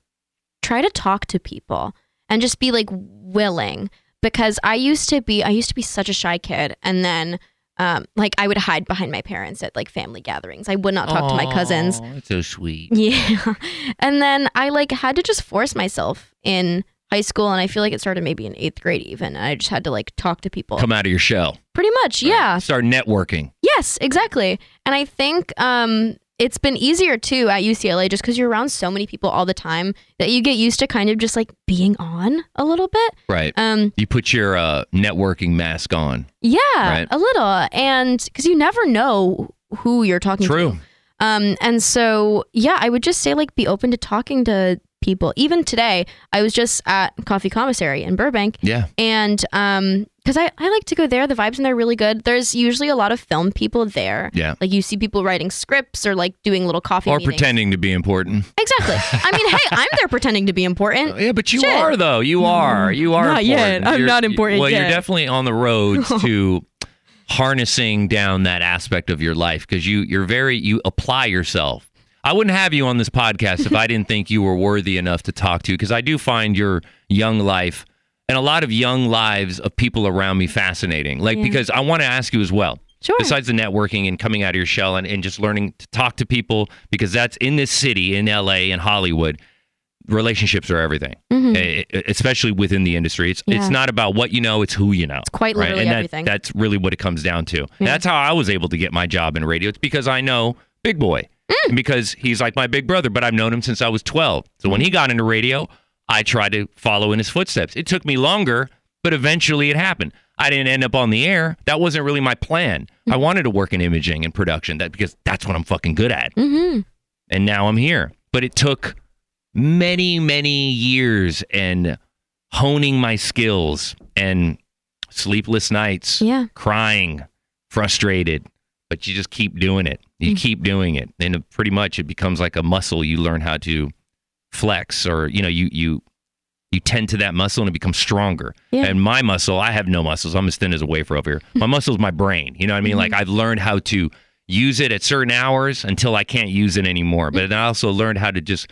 Speaker 3: try to talk to people and just be like willing because I used to be I used to be such a shy kid and then um, like I would hide behind my parents at like family gatherings. I would not talk to my cousins.
Speaker 4: It's so sweet.
Speaker 3: Yeah. And then I like had to just force myself in high school and I feel like it started maybe in 8th grade even. And I just had to like talk to people.
Speaker 4: Come out of your shell.
Speaker 3: Pretty much. Yeah.
Speaker 4: Start networking.
Speaker 3: Yes, exactly. And I think um, it's been easier too at UCLA just because you're around so many people all the time that you get used to kind of just like being on a little bit.
Speaker 4: Right.
Speaker 3: Um,
Speaker 4: you put your uh, networking mask on.
Speaker 3: yeah,
Speaker 4: Right.
Speaker 3: a little. And because you never know who you're talking to.
Speaker 4: True.
Speaker 3: Um, and so, yeah, I would just say like be open to talking to people. Even today, I was just at Coffee Commissary in Burbank,
Speaker 4: Yeah.
Speaker 3: and um, because I I like to go there. The vibes in there are really good. There's usually a lot of film people there.
Speaker 4: Yeah.
Speaker 3: like you see people writing scripts or like doing little coffee
Speaker 4: Or
Speaker 3: meetings.
Speaker 4: pretending to be important.
Speaker 3: Exactly. I mean, hey, I'm there pretending to be important.
Speaker 4: Yeah, but you
Speaker 3: Shit. Mm-hmm.
Speaker 4: are though. You are. You are.
Speaker 3: Not yet.
Speaker 4: important.
Speaker 3: I'm not important
Speaker 4: Well, you're
Speaker 3: yet.
Speaker 4: definitely on the road to harnessing down that aspect of your life because you you're very you apply yourself. I wouldn't have you on this podcast if I didn't think you were worthy enough to talk to because I do find your young life and a lot of young lives of people around me fascinating. Like because I want to ask you as well.
Speaker 3: Sure.
Speaker 4: Besides the networking and coming out of your shell and, and just learning to talk to people because that's in this city in LA and Hollywood relationships are everything, e- e- especially within the industry. It's it's
Speaker 3: Mm-hmm. Yeah.
Speaker 4: not about what you know; it's who you know. It's
Speaker 3: quite literally
Speaker 4: and that-
Speaker 3: everything.
Speaker 4: That's really what it comes down to. And that's how I was able to get my job in radio. It's because I know Big Boy,
Speaker 3: Mm.
Speaker 4: and because he's like my big brother. But I've known him since I was twelve. So when he got into radio, I tried to follow in his footsteps. It took me longer, but eventually it happened. I didn't end up on the air. That wasn't really my plan.
Speaker 3: Mm.
Speaker 4: I wanted to work in imaging and production. That because that's what I'm fucking good at
Speaker 3: Mm-hmm.
Speaker 4: and now I'm here. But it took many, many years and honing my skills and sleepless nights,
Speaker 3: Yeah.
Speaker 4: crying, frustrated. But you just keep doing it. You keep doing it, and it- pretty much it becomes like a muscle. You learn how to flex, or you know, you you you tend to that muscle and it becomes stronger.
Speaker 3: Yeah.
Speaker 4: And my muscle, I have no muscles. I'm as thin as a wafer over here. My muscle is my brain. You know what I mean? Like I've learned how to use it at certain hours until I can't use it anymore. But then I also learned how to just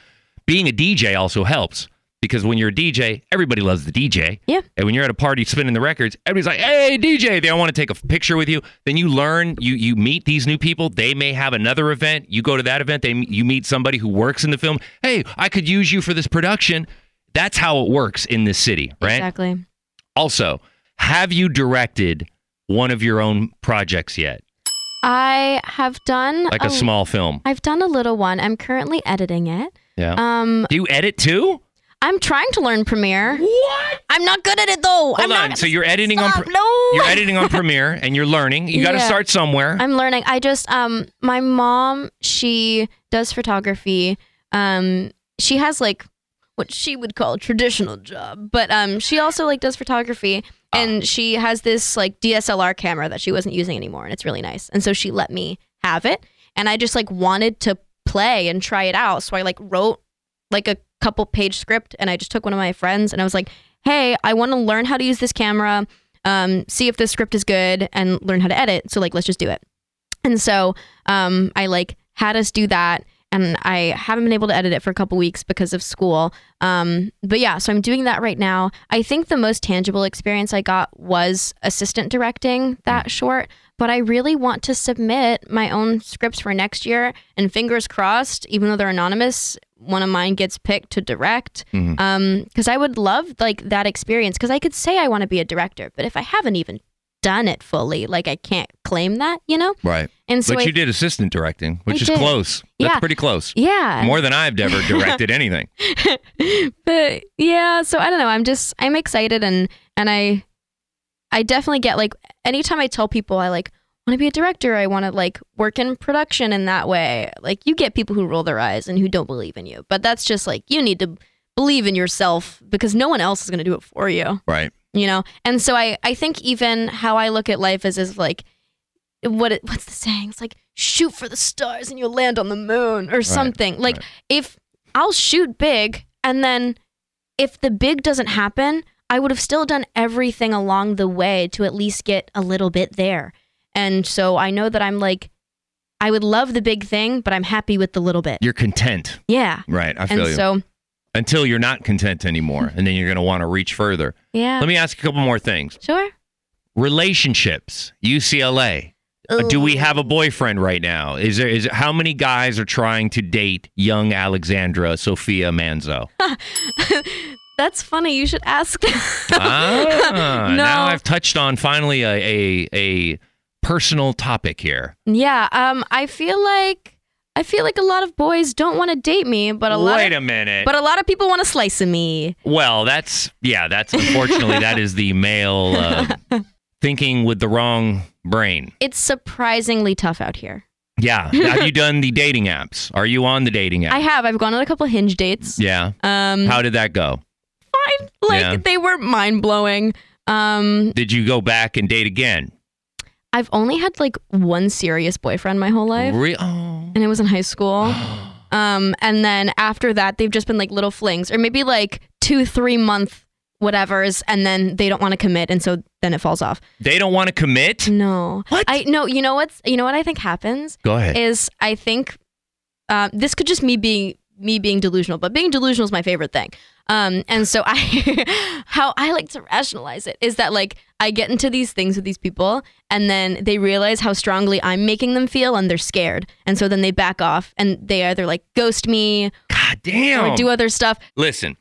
Speaker 4: being a DJ also helps because when you're a DJ, everybody loves the DJ.
Speaker 3: Yeah.
Speaker 4: And when you're at a party spinning the records, everybody's like, "Hey, DJ!" They all want to take a f- picture with you. Then you learn, you you meet these new people. They may have another event. You go to that event. They you meet somebody who works in the film. Hey, I could use you for this production. That's how it works in this city, right?
Speaker 3: Exactly.
Speaker 4: Also, have you directed one of your own projects yet,
Speaker 3: I have done
Speaker 4: like a small film?
Speaker 3: I've done a little one. I'm currently editing it.
Speaker 4: Yeah.
Speaker 3: Um,
Speaker 4: Do you edit too?
Speaker 3: I'm trying to learn Premiere. What? I'm not good at it though. I'm
Speaker 4: Hold
Speaker 3: not
Speaker 4: on.
Speaker 3: gonna-
Speaker 4: So you're editing on
Speaker 3: Stop,
Speaker 4: Pre-
Speaker 3: no.
Speaker 4: you're editing on Premiere and you're learning. You got to
Speaker 3: Yeah.
Speaker 4: start somewhere.
Speaker 3: I'm learning. I just um my mom, she does photography. Um she has like what she would call a traditional job, but um she also like does photography and she has this like DSLR camera that she wasn't using anymore, and it's really nice. And so she let me have it, and I just like wanted to play and try it out. So I like wrote like a couple page script, and I just took one of my friends, and I was like, "Hey, I want to learn how to use this camera, um, see if this script is good, and learn how to edit. So like, let's just do it." And so um, I like had us do that. And I haven't been able to edit it for a couple weeks because of school. Um, but yeah, so I'm doing that right now. I think the most tangible experience I got was assistant directing that short. But I really want to submit my own scripts for next year. And fingers crossed, even though they're anonymous, one of mine gets picked to direct. Because I would love like that experience. Because I could say I want to be a director, but if I haven't even done it fully, like I can't claim that, you know?
Speaker 4: Right.
Speaker 3: And so
Speaker 4: but
Speaker 3: I-
Speaker 4: you did assistant directing, which is
Speaker 3: did.
Speaker 4: close. That's
Speaker 3: Yeah.
Speaker 4: pretty close.
Speaker 3: Yeah.
Speaker 4: More than I've ever directed anything.
Speaker 3: but yeah, so I don't know. I'm just I'm excited and and I I definitely get like anytime I tell people I like want to be a director, I want to like work in production in that way. Like you get people who roll their eyes and who don't believe in you. But that's just like you need to believe in yourself because no one else is going to do it for you
Speaker 4: Right.
Speaker 3: you know and so i i think even how i look at life is is like what it, what's the saying it's like shoot for the stars and you'll land on the moon or something like
Speaker 4: right.
Speaker 3: if i'll shoot big and then if the big doesn't happen i would have still done everything along the way to at least get a little bit there and so i know that i'm like i would love the big thing but i'm happy with the little bit
Speaker 4: You're content.
Speaker 3: yeah
Speaker 4: Right. I feel
Speaker 3: and
Speaker 4: you.
Speaker 3: so
Speaker 4: Until you're not content anymore, and then you're going to want to reach further.
Speaker 3: yeah
Speaker 4: Let me ask a couple more things.
Speaker 3: sure
Speaker 4: Relationships, UCLA. Uh, Do we have a boyfriend right now? Is there is how many guys are trying to date young Alexandra Sophia Manzo?
Speaker 3: that's funny you should ask
Speaker 4: ah,
Speaker 3: No.
Speaker 4: Now I've touched on finally a, a a personal topic here.
Speaker 3: Yeah, um, I feel like I feel like a lot of boys don't want to date me, but a lot,
Speaker 4: Wait
Speaker 3: of,
Speaker 4: a minute.
Speaker 3: but a lot of people want a slice of me.
Speaker 4: well, that's yeah, that's unfortunately that is the male uh, thinking with the wrong brain.
Speaker 3: It's surprisingly tough out here.
Speaker 4: Yeah. Have you done the dating apps? Are you on the dating app?
Speaker 3: I have. I've gone on a couple hinge dates.
Speaker 4: yeah.
Speaker 3: Um,
Speaker 4: How did that go?
Speaker 3: fine. Like
Speaker 4: Yeah.
Speaker 3: they were mind blowing. Um,
Speaker 4: Did you go back and date again?
Speaker 3: I've only had like one serious boyfriend my whole life,
Speaker 4: Re- oh.
Speaker 3: and it was in high school. Um, and then after that, they've just been like little flings, or maybe like two, three month whatevers, and then they don't want to commit, and so then it falls off.
Speaker 4: They don't want to commit?
Speaker 3: No.
Speaker 4: What?
Speaker 3: I no. You know what's you know what I think happens
Speaker 4: Go ahead.
Speaker 3: is I think uh, this could just me being me being delusional, but being delusional is my favorite thing. Um, and so I, how I like to rationalize it is that like I get into these things with these people, and then they realize how strongly I'm making them feel, and they're scared, and so then they back off, and they either like ghost me
Speaker 4: God damn.
Speaker 3: or do other stuff.
Speaker 4: Listen,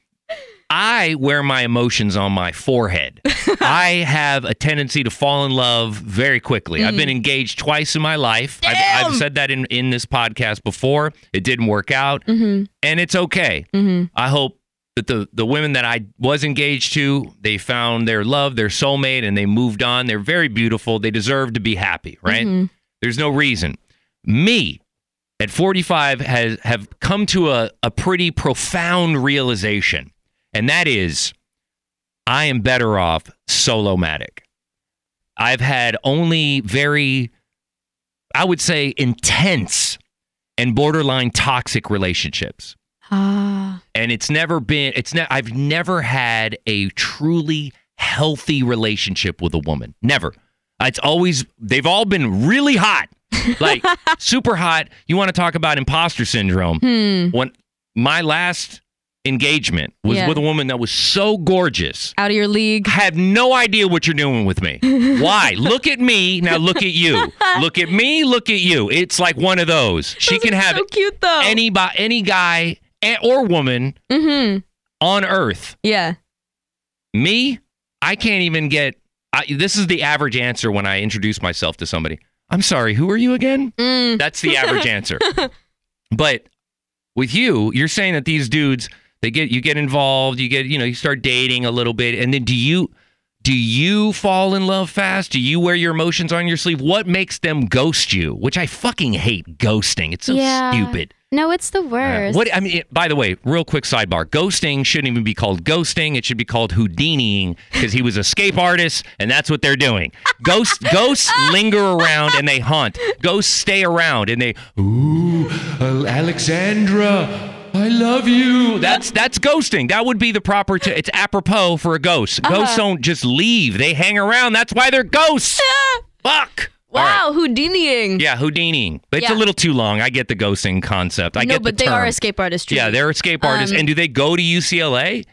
Speaker 4: I wear my emotions on my forehead. I have a tendency to fall in love very quickly. I've been engaged twice in my life. I've, I've said that in, in this podcast before. It didn't work out, and it's okay. I hope that the, the women that I was engaged to, they found their love, their soulmate, and they moved on. They're very beautiful. They deserve to be happy, right? There's no reason. Me, at 45 has have come to a, a pretty profound realization and that is i am better off solomatic i've had only very i would say intense and borderline toxic relationships
Speaker 3: Ah,
Speaker 4: and it's never been it's ne- I've never had a truly healthy relationship with a woman. Never. It's always they've all been really hot. Like super hot. You want to talk about imposter syndrome. When my last engagement was
Speaker 3: Hmm. Yeah.
Speaker 4: with a woman that was so gorgeous.
Speaker 3: out of your league.
Speaker 4: I have no idea what you're doing with me. Why? look at me, now look at you. Look at me, look at you. It's like one of those. She
Speaker 3: Those
Speaker 4: can
Speaker 3: are
Speaker 4: have
Speaker 3: so cute though.
Speaker 4: any by any guy eh, or woman
Speaker 3: mm-hmm.
Speaker 4: on earth.
Speaker 3: Yeah.
Speaker 4: Me, I can't even get. I, this is the average answer when I introduce myself to somebody. I'm sorry, who are you again?
Speaker 3: Mm.
Speaker 4: That's the average answer. But with you, you're saying that these dudes, they get you get involved, you get you know you start dating a little bit, and then do you do you fall in love fast? Do you wear your emotions on your sleeve? What makes them ghost you? Which I fucking hate ghosting. It's so
Speaker 3: Yeah.
Speaker 4: stupid. Uh,
Speaker 3: No, it's the worst.
Speaker 4: What I mean, it- by the way, real quick sidebar: ghosting shouldn't even be called ghosting. It should be called Houdiniing because he was escape artist, and that's what they're doing. Ghosts, ghosts linger around and they haunt. Ghosts stay around and they, ooh, Al- Alexandra. I love you. That's that's ghosting. That would be the proper. T- it's apropos for a ghost.
Speaker 3: Uh-huh.
Speaker 4: Ghosts don't just leave. They hang around. That's why they're ghosts. Fuck. All right.
Speaker 3: Ah, Wow, Houdiniing.
Speaker 4: Yeah, Houdiniing. But it's
Speaker 3: Yeah.
Speaker 4: a little too long. I get the ghosting concept. I
Speaker 3: no,
Speaker 4: get the
Speaker 3: but they are
Speaker 4: term.
Speaker 3: escape artists. Judy.
Speaker 4: Yeah, they're escape artists.
Speaker 3: Um,
Speaker 4: and do they go to UCLA?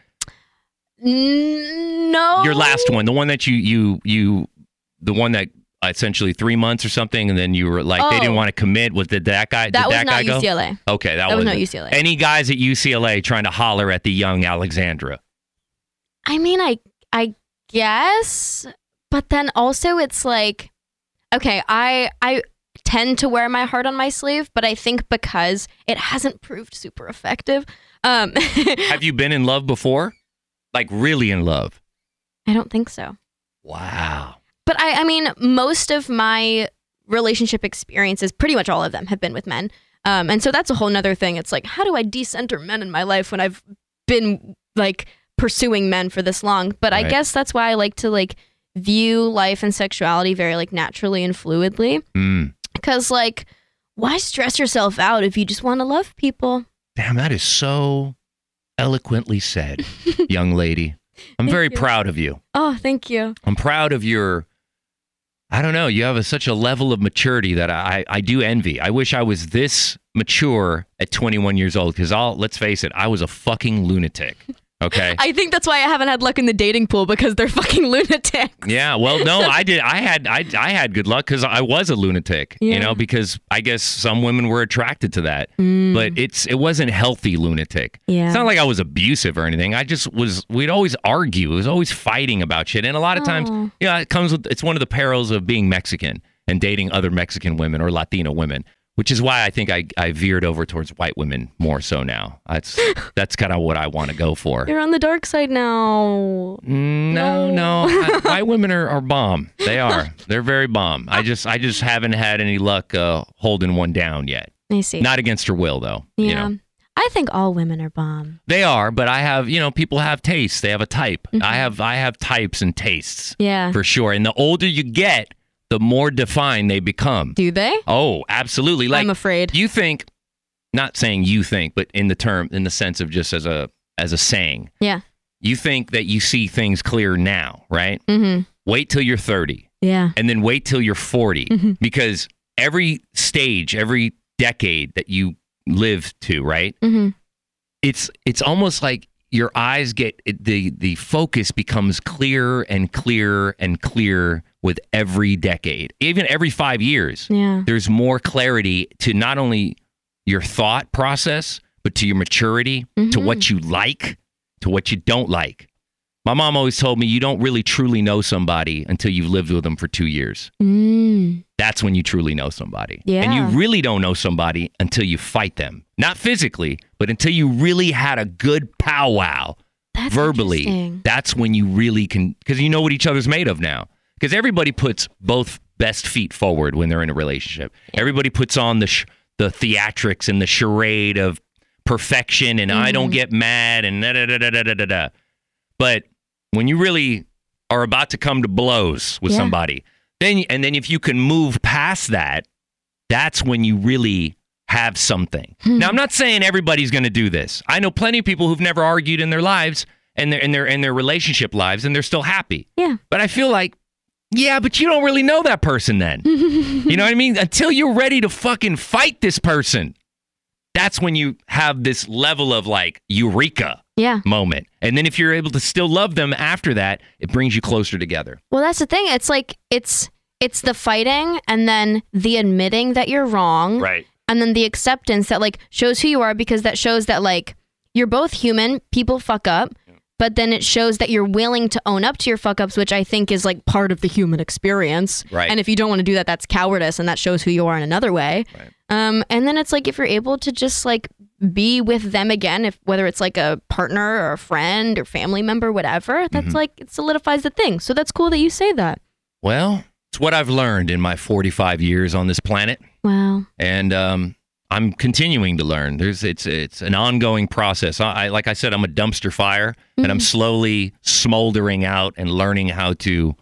Speaker 3: N- no.
Speaker 4: Your last one, the one that you you you, the one that essentially three months or something, and then you were like they didn't
Speaker 3: Oh.
Speaker 4: want to commit. Was did that guy?
Speaker 3: That
Speaker 4: did
Speaker 3: was
Speaker 4: that
Speaker 3: not
Speaker 4: guy go?
Speaker 3: UCLA.
Speaker 4: Okay, that,
Speaker 3: That was
Speaker 4: wasn't.
Speaker 3: not UCLA.
Speaker 4: Any guys at UCLA trying to holler at the young Alexandra?
Speaker 3: I mean, I I guess, but then also it's like, okay, I I tend to wear my heart on my sleeve, but I think because it hasn't proved super effective. Um, I
Speaker 4: Have you been in love before? Like really in love?
Speaker 3: don't think so.
Speaker 4: Wow.
Speaker 3: But I I mean, most of my relationship experiences, pretty much all of them, have been with men. Um, and so that's a whole nother thing. It's like, how do I decenter men in my life when I've been like pursuing men for this long? But I
Speaker 4: Right.
Speaker 3: guess that's why I like to like view life and sexuality very like naturally and fluidly.
Speaker 4: Mm.
Speaker 3: Cause like, why stress yourself out if you just want to love people?
Speaker 4: Damn, that is so eloquently said, young lady. I'm very
Speaker 3: you.
Speaker 4: proud of you.
Speaker 3: Oh, thank you.
Speaker 4: I'm proud of your. I don't know. You have a, such a level of maturity that I, I do envy. I wish I was this mature at 21 years old because I'll, let's face it, I was a fucking lunatic. Okay.
Speaker 3: I think that's why I haven't had luck in the dating pool because they're fucking lunatics.
Speaker 4: yeah. Well, no, I did. I had, I, I had good luck because I was a lunatic, you
Speaker 3: Yeah.
Speaker 4: know, because I guess some women were attracted to that,
Speaker 3: Mm.
Speaker 4: but it's, it wasn't healthy lunatic.
Speaker 3: Yeah.
Speaker 4: It's not like I was abusive or anything. I just was. We'd always argue. It was always fighting about shit. And a lot of times,
Speaker 3: Oh.
Speaker 4: yeah, it comes with. It's one of the perils of being Mexican and dating other Mexican women or Latino women, which is why I think I, I veered over towards white women more so now. That's that's kind of what I want to go for.
Speaker 3: You're on the dark side now.
Speaker 4: No, no, I- white women are, are bomb. They are. They're very bomb. I just I just haven't had any luck uh, holding one down yet.
Speaker 3: I see.
Speaker 4: Not against her will though. You know.
Speaker 3: Yeah. I think all women are bomb.
Speaker 4: They are, but I have, you know, people have tastes. They have a type. I have I have types and tastes
Speaker 3: Mm-hmm. Yeah.
Speaker 4: for sure. And the older you get, the more defined they become.
Speaker 3: Do they?
Speaker 4: Oh, absolutely. Like
Speaker 3: I'm afraid.
Speaker 4: you think not saying you think, but in the term in the sense of just as a as a saying.
Speaker 3: Yeah.
Speaker 4: You think that you see things clear now, right?
Speaker 3: Mm-hmm.
Speaker 4: Wait till you're 30
Speaker 3: Yeah.
Speaker 4: and then wait till you're 40 because every stage every decade that you live to right
Speaker 3: Mhm.
Speaker 4: it's it's almost like your eyes get it- the the focus becomes clearer and clearer and clearer with every decade even every 5 years
Speaker 3: Yeah.
Speaker 4: there's more clarity to not only your thought process, but to your maturity, to what you like, to what you don't like. My mom always told me you don't really truly know somebody until you've lived with them for two years.
Speaker 3: Mm.
Speaker 4: That's when you truly know somebody. And
Speaker 3: Yeah.
Speaker 4: you really don't know somebody until you fight them. Not physically, but until you really had a good powwow
Speaker 3: That's
Speaker 4: verbally.
Speaker 3: interesting.
Speaker 4: That's when you really can, because you know what each other's made of now. Because everybody puts both best feet forward when they're in a relationship. Everybody puts on the sh- the theatrics and the charade of perfection and I
Speaker 3: Mm-hmm.
Speaker 4: don't get mad and da da da da da da da. da. But when you really are about to come to blows with
Speaker 3: Yeah.
Speaker 4: somebody, then and then if you can move past that, that's when you really have something. Now I'm not saying everybody's going to do this. I know plenty of people who've never argued in their lives and their in their in their relationship lives and they're still happy.
Speaker 3: Yeah.
Speaker 4: But I feel like yeah, but you don't really know that person then. you know what I mean? Until you're ready to fucking fight this person. That's when you have this level of like eureka
Speaker 3: Yeah.
Speaker 4: moment. And then if you're able to still love them after that, it brings you closer together.
Speaker 3: Well, that's the thing. It's like it's it's the fighting and then the admitting that you're wrong.
Speaker 4: Right.
Speaker 3: And then the acceptance that like shows who you are because that shows that like you're both human, people fuck up. But then it shows that you're willing to own up to your fuck ups, which I think is like part of the human experience.
Speaker 4: Right.
Speaker 3: And if you don't want to do that, that's cowardice, and that shows who you are in another way.
Speaker 4: Right.
Speaker 3: Um, and then it's like if you're able to just like be with them again, if whether it's like a partner or a friend or family member, whatever,
Speaker 4: Mm-hmm.
Speaker 3: that's like it solidifies the thing. So that's cool that you say that.
Speaker 4: Well, it's what I've learned in my 45 years on this planet.
Speaker 3: Wow.
Speaker 4: And um, I'm continuing to learn. There's it's it's an ongoing process. I, I like I said, I'm a dumpster fire, and I'm slowly smoldering out and learning how to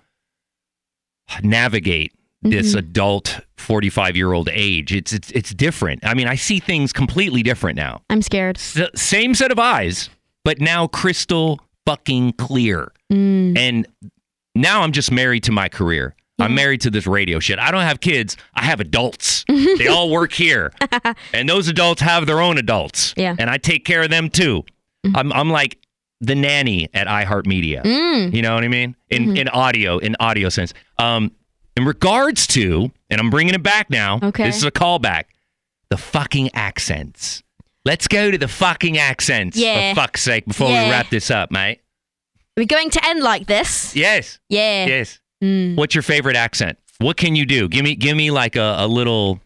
Speaker 4: navigate this adult 45 year old age. It's it's it's different. I mean, I see things completely different now.
Speaker 3: I'm scared.
Speaker 4: S- same set of eyes, but now crystal fucking clear.
Speaker 3: Mm.
Speaker 4: And now I'm just married to my career. I'm married to this radio shit. I don't have kids. I have adults. they all work here. And those adults have their own adults.
Speaker 3: Yeah. Mm.
Speaker 4: And I take care of them too. I'm I'm like the nanny at iHeartMedia.
Speaker 3: Mm.
Speaker 4: You know what I mean? In
Speaker 3: Mm-hmm.
Speaker 4: in audio, in audio sense. Um in regards to, and I'm bringing it back now.
Speaker 3: Okay.
Speaker 4: This is a callback. The fucking accents. Let's go to the fucking accents.
Speaker 3: Yeah.
Speaker 4: For fuck's sake, before we
Speaker 3: Yeah.
Speaker 4: wrap this up, mate.
Speaker 3: Are we going to end like this?
Speaker 4: Yes.
Speaker 3: Yeah. Mm.
Speaker 4: Yes. What's your favorite accent? What can you do? Give me give me like a, a little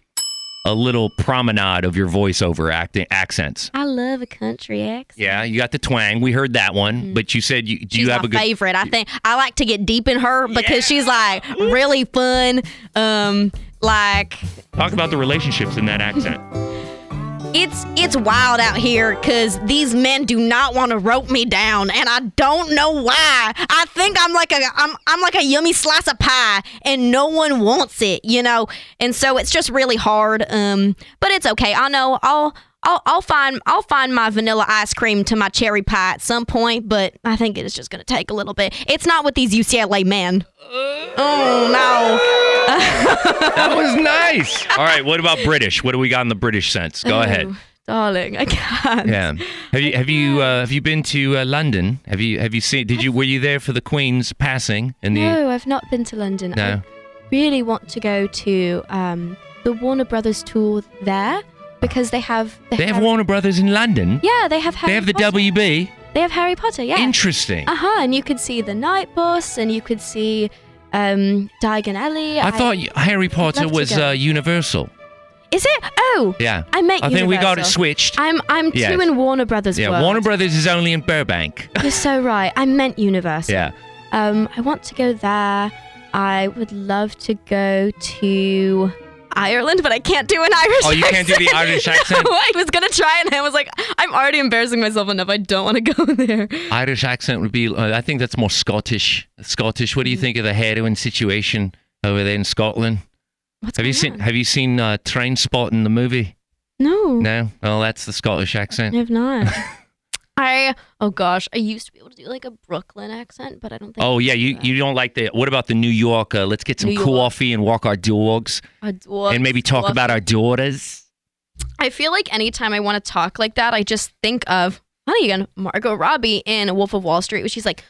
Speaker 4: a little promenade of your voiceover acting accents.
Speaker 3: I love a country accent.
Speaker 4: Yeah, you got the twang. We heard that one, but you said you do
Speaker 3: Mm. She's
Speaker 4: you have
Speaker 3: my
Speaker 4: a good
Speaker 3: favorite. I think I like to get deep in her because she's like really fun. Um, like
Speaker 4: talk about the relationships in that accent.
Speaker 3: It's it's wild out here cuz these men do not want to rope me down and I don't know why. I think I'm like a I'm I'm like a yummy slice of pie and no one wants it, you know. And so it's just really hard um but it's okay. I know I'll I'll, I'll find I'll find my vanilla ice cream to my cherry pie at some point, but I think it is just going to take a little bit. It's not with these UCLA men.
Speaker 4: Uh.
Speaker 3: Oh no.
Speaker 4: That was nice. All right, what about British? What do we got in the British sense?
Speaker 3: Uh,
Speaker 4: Go ahead.
Speaker 3: Darling, I can't.
Speaker 4: Yeah. Have you have you uh, have you been to uh, London? Have you have you seen? Did you were you there for the Queen's passing? In the
Speaker 6: No, I've not been to London.
Speaker 4: No.
Speaker 6: I really want to go to um, the Warner Brothers tour there because they have
Speaker 4: they have Warner Brothers in London.
Speaker 6: Yeah, they have Harry
Speaker 4: They have the
Speaker 6: Potter.
Speaker 4: WB.
Speaker 6: They have Harry Potter. Yeah.
Speaker 4: Interesting.
Speaker 6: Uh huh. And you could see the Night Bus, and you could see um, Diagon Alley.
Speaker 4: I thought y- Harry Potter
Speaker 6: love to
Speaker 4: was
Speaker 6: go.
Speaker 4: uh, universal.
Speaker 6: Is it? Oh.
Speaker 4: Yeah.
Speaker 6: I meant.
Speaker 4: I think we got it
Speaker 6: Universal.
Speaker 4: switched.
Speaker 6: I'm I'm
Speaker 4: Yes.
Speaker 6: two in Warner Brothers.
Speaker 4: yeah.
Speaker 6: world.
Speaker 4: Warner Brothers is only in Burbank.
Speaker 6: You're so right. I meant Universal.
Speaker 4: yeah.
Speaker 6: Um, I want to go there. I would love to go to.
Speaker 3: Ireland, but I can't do an Irish.
Speaker 4: Oh, you can't do the Irish accent?
Speaker 3: No, I was gonna try, and I was like, I'm already embarrassing myself enough. I don't want to go there.
Speaker 4: Irish accent would be. Uh, I think that's more Scottish. Scottish. What do you
Speaker 6: Mm.
Speaker 4: think of the heroin situation over there in Scotland?
Speaker 3: What's
Speaker 4: have you
Speaker 3: going
Speaker 4: seen
Speaker 3: on?
Speaker 4: Have you seen uh, Train Spot in the movie?
Speaker 3: No,
Speaker 4: No. Oh, that's the Scottish accent.
Speaker 6: I have not.
Speaker 3: I. Oh gosh, I used to be able to do like a Brooklyn accent, but I don't think.
Speaker 4: Oh yeah, you, you don't like the. What about the New York? Uh, let's get some
Speaker 3: New York.
Speaker 4: coffee and walk our dogs,
Speaker 3: I do it.
Speaker 4: and maybe talk
Speaker 3: walk-
Speaker 4: about our daughters.
Speaker 3: I feel like anytime I want to talk like that, I just think of Hunnigan, Margot Robbie in Wolf of Wall Street, where she's like,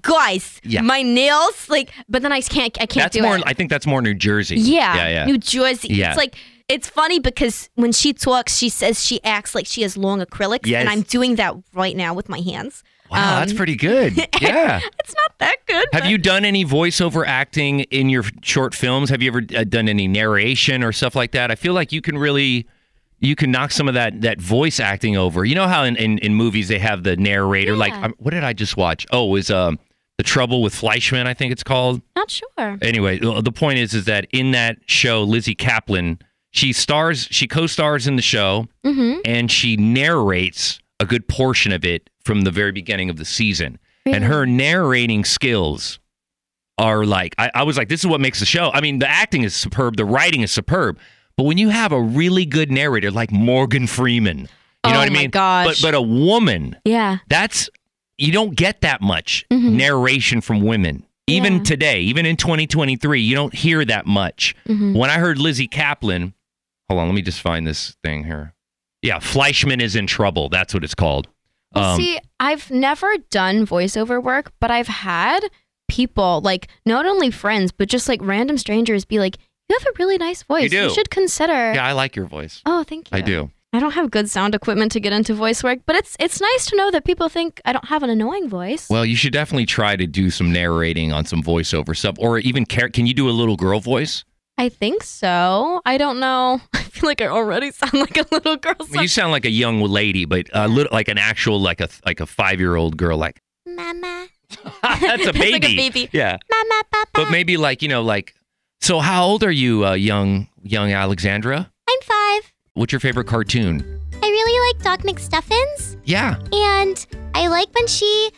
Speaker 3: guys,
Speaker 4: Yeah.
Speaker 3: my nails, like. But then I just can't. I can't
Speaker 4: That's
Speaker 3: do
Speaker 4: more.
Speaker 3: it.
Speaker 4: I think that's more New Jersey.
Speaker 3: Yeah,
Speaker 4: yeah, yeah.
Speaker 3: New Jersey.
Speaker 4: Yeah.
Speaker 3: It's like it's funny because when she talks, she says she acts like she has long acrylics,
Speaker 4: Yes.
Speaker 3: and I'm doing that right now with my hands.
Speaker 4: wow,
Speaker 3: Um,
Speaker 4: that's pretty good. Yeah.
Speaker 3: It's not that good.
Speaker 4: Have
Speaker 3: but
Speaker 4: you done any voiceover acting in your short films? Have you ever uh, done any narration or stuff like that? I feel like you can really, you can knock some of that that voice acting over. You know how in in, in movies they have the narrator. Like, um, what did I just watch? Oh, it was um the Trouble with Fleischman, I think it's called.
Speaker 6: not sure.
Speaker 4: anyway, uh, the the point is, is that in that show, Lizzie Kaplan, she stars, she co-stars in the show,
Speaker 3: Mm-hmm.
Speaker 4: and she narrates a good portion of it from the very beginning of the season. And her narrating skills are like, I, I was like, this is what makes the show. I mean, the acting is superb, the writing is superb, but when you have a really good narrator like Morgan Freeman, you know
Speaker 3: Oh
Speaker 4: what I
Speaker 3: my
Speaker 4: mean?
Speaker 3: gosh.
Speaker 4: But but a woman
Speaker 6: Yeah.
Speaker 4: that's you don't get that much
Speaker 6: Mm-hmm.
Speaker 4: narration from women even today even in 2023 you don't hear that much
Speaker 6: Mm-hmm.
Speaker 4: when i heard lizzie kaplan hold on let me just find this thing here yeah fleischman is in trouble that's what it's called
Speaker 6: Well,
Speaker 4: Um,
Speaker 6: see, I've never done voiceover work, but I've had people, like not only friends, but just like random strangers, be like, "You have a really nice voice.
Speaker 4: do.
Speaker 6: should consider."
Speaker 4: yeah i like your voice
Speaker 6: Oh, thank you.
Speaker 4: i do
Speaker 6: I don't have good sound equipment to get into voice work, but it's it's nice to know that people think I don't have an annoying voice.
Speaker 4: well you should definitely try to do some narrating on some voiceover stuff or even car- can you do a little girl voice
Speaker 6: I think so. I don't know. I feel like I already sound like a little girl.
Speaker 4: I mean, you sound like a young lady but a little like an actual like a like a five year old girl like
Speaker 6: Mama,
Speaker 4: that's a
Speaker 6: It's like
Speaker 4: baby
Speaker 6: a baby.
Speaker 4: yeah
Speaker 6: mama, papa.
Speaker 4: But maybe like you know, like so. How old are you, uh, young young Alexandra?
Speaker 6: I'm five.
Speaker 4: What's your favorite cartoon?
Speaker 5: I really like Doc McStuffins,
Speaker 4: Yeah.
Speaker 5: and I like when she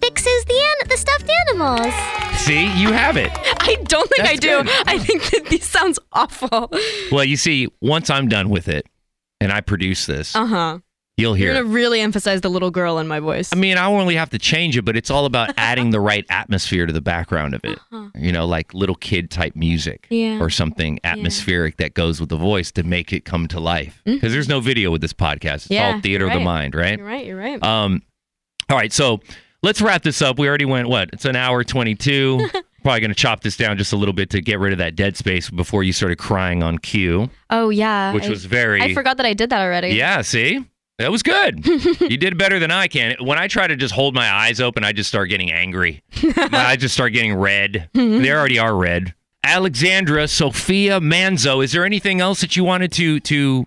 Speaker 5: fixes the an- the stuffed animals.
Speaker 4: See, you have it.
Speaker 3: I don't think I
Speaker 4: That's
Speaker 3: do.
Speaker 4: good.
Speaker 3: I think that this sounds awful.
Speaker 4: Well, you see, once I'm done with it and I produce this,
Speaker 3: Uh
Speaker 6: Uh-huh.
Speaker 3: huh.
Speaker 4: you'll
Speaker 3: You're
Speaker 4: hear.
Speaker 3: gonna really emphasize the little girl in my voice.
Speaker 4: I mean, I only have to change it, but it's all about adding the right atmosphere to the background of it. You know, like little kid type music
Speaker 3: Uh-huh. Yeah.
Speaker 4: or something atmospheric that goes with the voice to make it come to life. Because there's no video with this podcast. It's
Speaker 3: Mm-hmm. Yeah,
Speaker 4: all theater of the
Speaker 3: right.
Speaker 4: mind, right?
Speaker 3: you're right. You're right.
Speaker 4: Um, all right, so let's wrap this up. We already went what? It's an hour twenty-two. Probably going to chop this down just a little bit to get rid of that dead space before you started crying on cue,
Speaker 3: oh yeah.
Speaker 4: which
Speaker 3: I,
Speaker 4: was very.
Speaker 3: I forgot that I did that already.
Speaker 4: Yeah, see? That was good. you did better than I can. When I try to just hold my eyes open, I just start getting angry. I just start getting red.
Speaker 3: Mm-hmm.
Speaker 4: they already are red. Alexandra Sophia Manzo, is there anything else that you wanted to to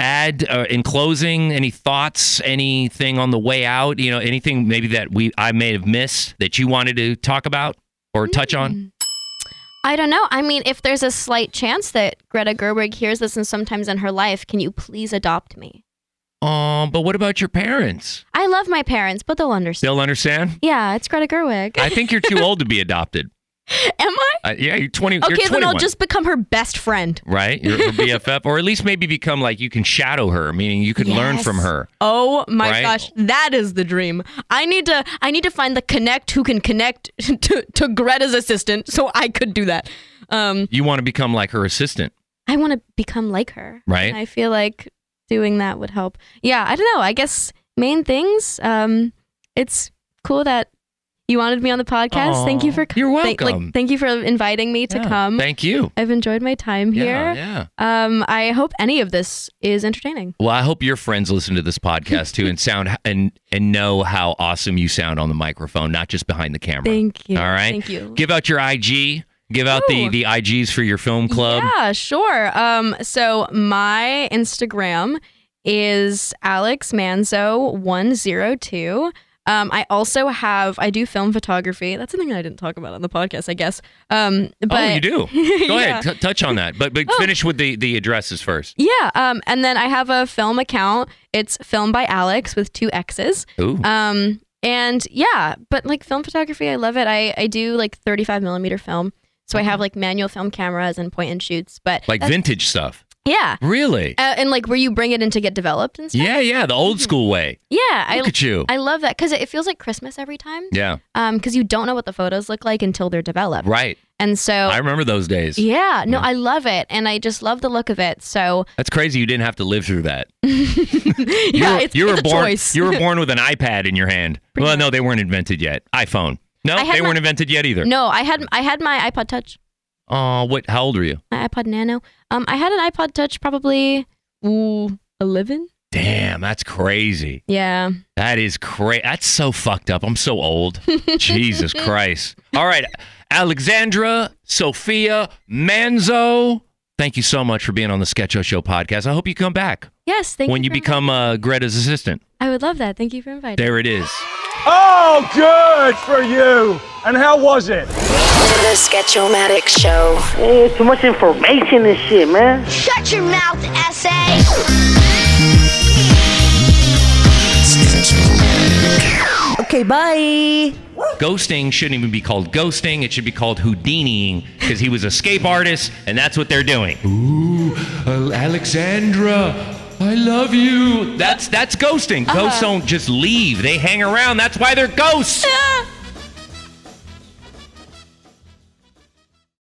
Speaker 4: add uh, in closing? Any thoughts? Anything on the way out? You know, anything maybe that we I may have missed that you wanted to talk about or touch on?
Speaker 3: I don't know. I mean, if there's a slight chance that Greta Gerwig hears this and sometimes in her life, can you please adopt me? Mm.
Speaker 4: Um, but what about your parents?
Speaker 3: I love my parents, but they'll understand.
Speaker 4: They'll understand.
Speaker 3: yeah, it's Greta Gerwig.
Speaker 4: I think you're too old to be adopted.
Speaker 3: Am I?
Speaker 4: Uh, yeah, you're 20. you're
Speaker 3: Okay, then I'll
Speaker 4: 21.
Speaker 3: just become her best friend.
Speaker 4: right? Your your BFF, or at least maybe become like you can shadow her, meaning you can learn from
Speaker 3: Yes.
Speaker 4: her.
Speaker 3: Oh my
Speaker 4: Right.
Speaker 3: gosh, that is the dream. I need to I need to find the connect who can connect to, to Greta's assistant so I could do that. Um
Speaker 4: You want to become like her assistant,
Speaker 3: I want to become like her.
Speaker 4: right?
Speaker 3: I feel like doing that would help. Yeah, I don't know. I guess main things. Um, it's cool that you wanted me on the podcast. thank you
Speaker 4: Aw,
Speaker 3: for co-
Speaker 4: you're
Speaker 3: thank-
Speaker 4: welcome.
Speaker 3: like, thank you for inviting me to
Speaker 4: Yeah.
Speaker 3: come.
Speaker 4: Thank you.
Speaker 3: I've enjoyed my time
Speaker 4: Yeah,
Speaker 3: here.
Speaker 4: yeah.
Speaker 3: Um, I hope any of this is entertaining.
Speaker 4: Well, I hope your friends listen to this podcast too and sound and and know how awesome you sound on the microphone, not just behind the camera.
Speaker 3: Thank you.
Speaker 4: All right.
Speaker 3: Thank you.
Speaker 4: Give out your IG. Give out the
Speaker 3: Ooh.
Speaker 4: the IGs for your film club.
Speaker 3: Yeah, sure. Um, so my Instagram is alexmanzo102. Um, I also have I do film photography. That's something I didn't talk about on the podcast, I guess. Um, but Oh.
Speaker 4: oh, you do. Go ahead, t- touch on that, but but finish with the the addresses first.
Speaker 3: Yeah. Um, and then I have a film account. It's film by Alex with two X's.
Speaker 4: Ooh,
Speaker 3: Um, and yeah, but like film photography, I love it. I, I do like 35 millimeter film. So I have like manual film cameras and point and shoots, but
Speaker 4: Mm-hmm. like
Speaker 3: that's-
Speaker 4: vintage stuff.
Speaker 3: yeah.
Speaker 4: Really?
Speaker 3: Uh, mm-hmm. and like where you bring it in to get developed and stuff.
Speaker 4: yeah, yeah. The old school way.
Speaker 3: Yeah.
Speaker 4: Look
Speaker 3: I,
Speaker 4: at you.
Speaker 3: I love that because it, it feels like Christmas every time.
Speaker 4: yeah.
Speaker 3: Um, because you don't know what the photos look like until they're developed.
Speaker 4: Right.
Speaker 3: And so,
Speaker 4: I remember those days.
Speaker 3: Oh. yeah, no,
Speaker 4: Yeah.
Speaker 3: I love it. And I just love the look of it. So,
Speaker 4: That's crazy. You didn't have to live through that. You
Speaker 3: yeah,
Speaker 4: were,
Speaker 3: it's,
Speaker 4: you were
Speaker 3: it's a
Speaker 4: born.
Speaker 3: choice.
Speaker 4: You were born with an iPad in your hand. well, no, they weren't invented yet. iPhone. No,
Speaker 3: I had
Speaker 4: they
Speaker 3: my-
Speaker 4: weren't invented yet either.
Speaker 3: No, I had I had my iPod Touch,
Speaker 4: Oh, what? How old are you?
Speaker 3: my iPod Nano. Um, I had an iPod Touch probably ooh eleven.
Speaker 4: Damn, that's crazy.
Speaker 3: Yeah,
Speaker 4: That is crazy. That's so fucked up. I'm so old. Jesus Christ. All right, Alexandra, Sophia, Manzo. Thank you so much for being on the Sketcho Show podcast. I hope you come back
Speaker 3: yes. Thank
Speaker 4: when you
Speaker 3: for
Speaker 4: become uh, Greta's assistant.
Speaker 3: invi- I would love that. Thank you for inviting.
Speaker 4: There it is.
Speaker 10: Oh, good for you. And how was it?
Speaker 2: The Sketchomatic Show.
Speaker 11: Hey, too much information and shit, man.
Speaker 5: Shut your mouth, essay.
Speaker 12: Okay, bye.
Speaker 4: Ghosting shouldn't even be called ghosting. It should be called Houdiniing because he was escape artist, and that's what they're doing. Ooh, uh, Alexandra, I love you. That's that's ghosting. Ghosts don't just leave; they hang around. That's why they're ghosts.
Speaker 3: Yeah.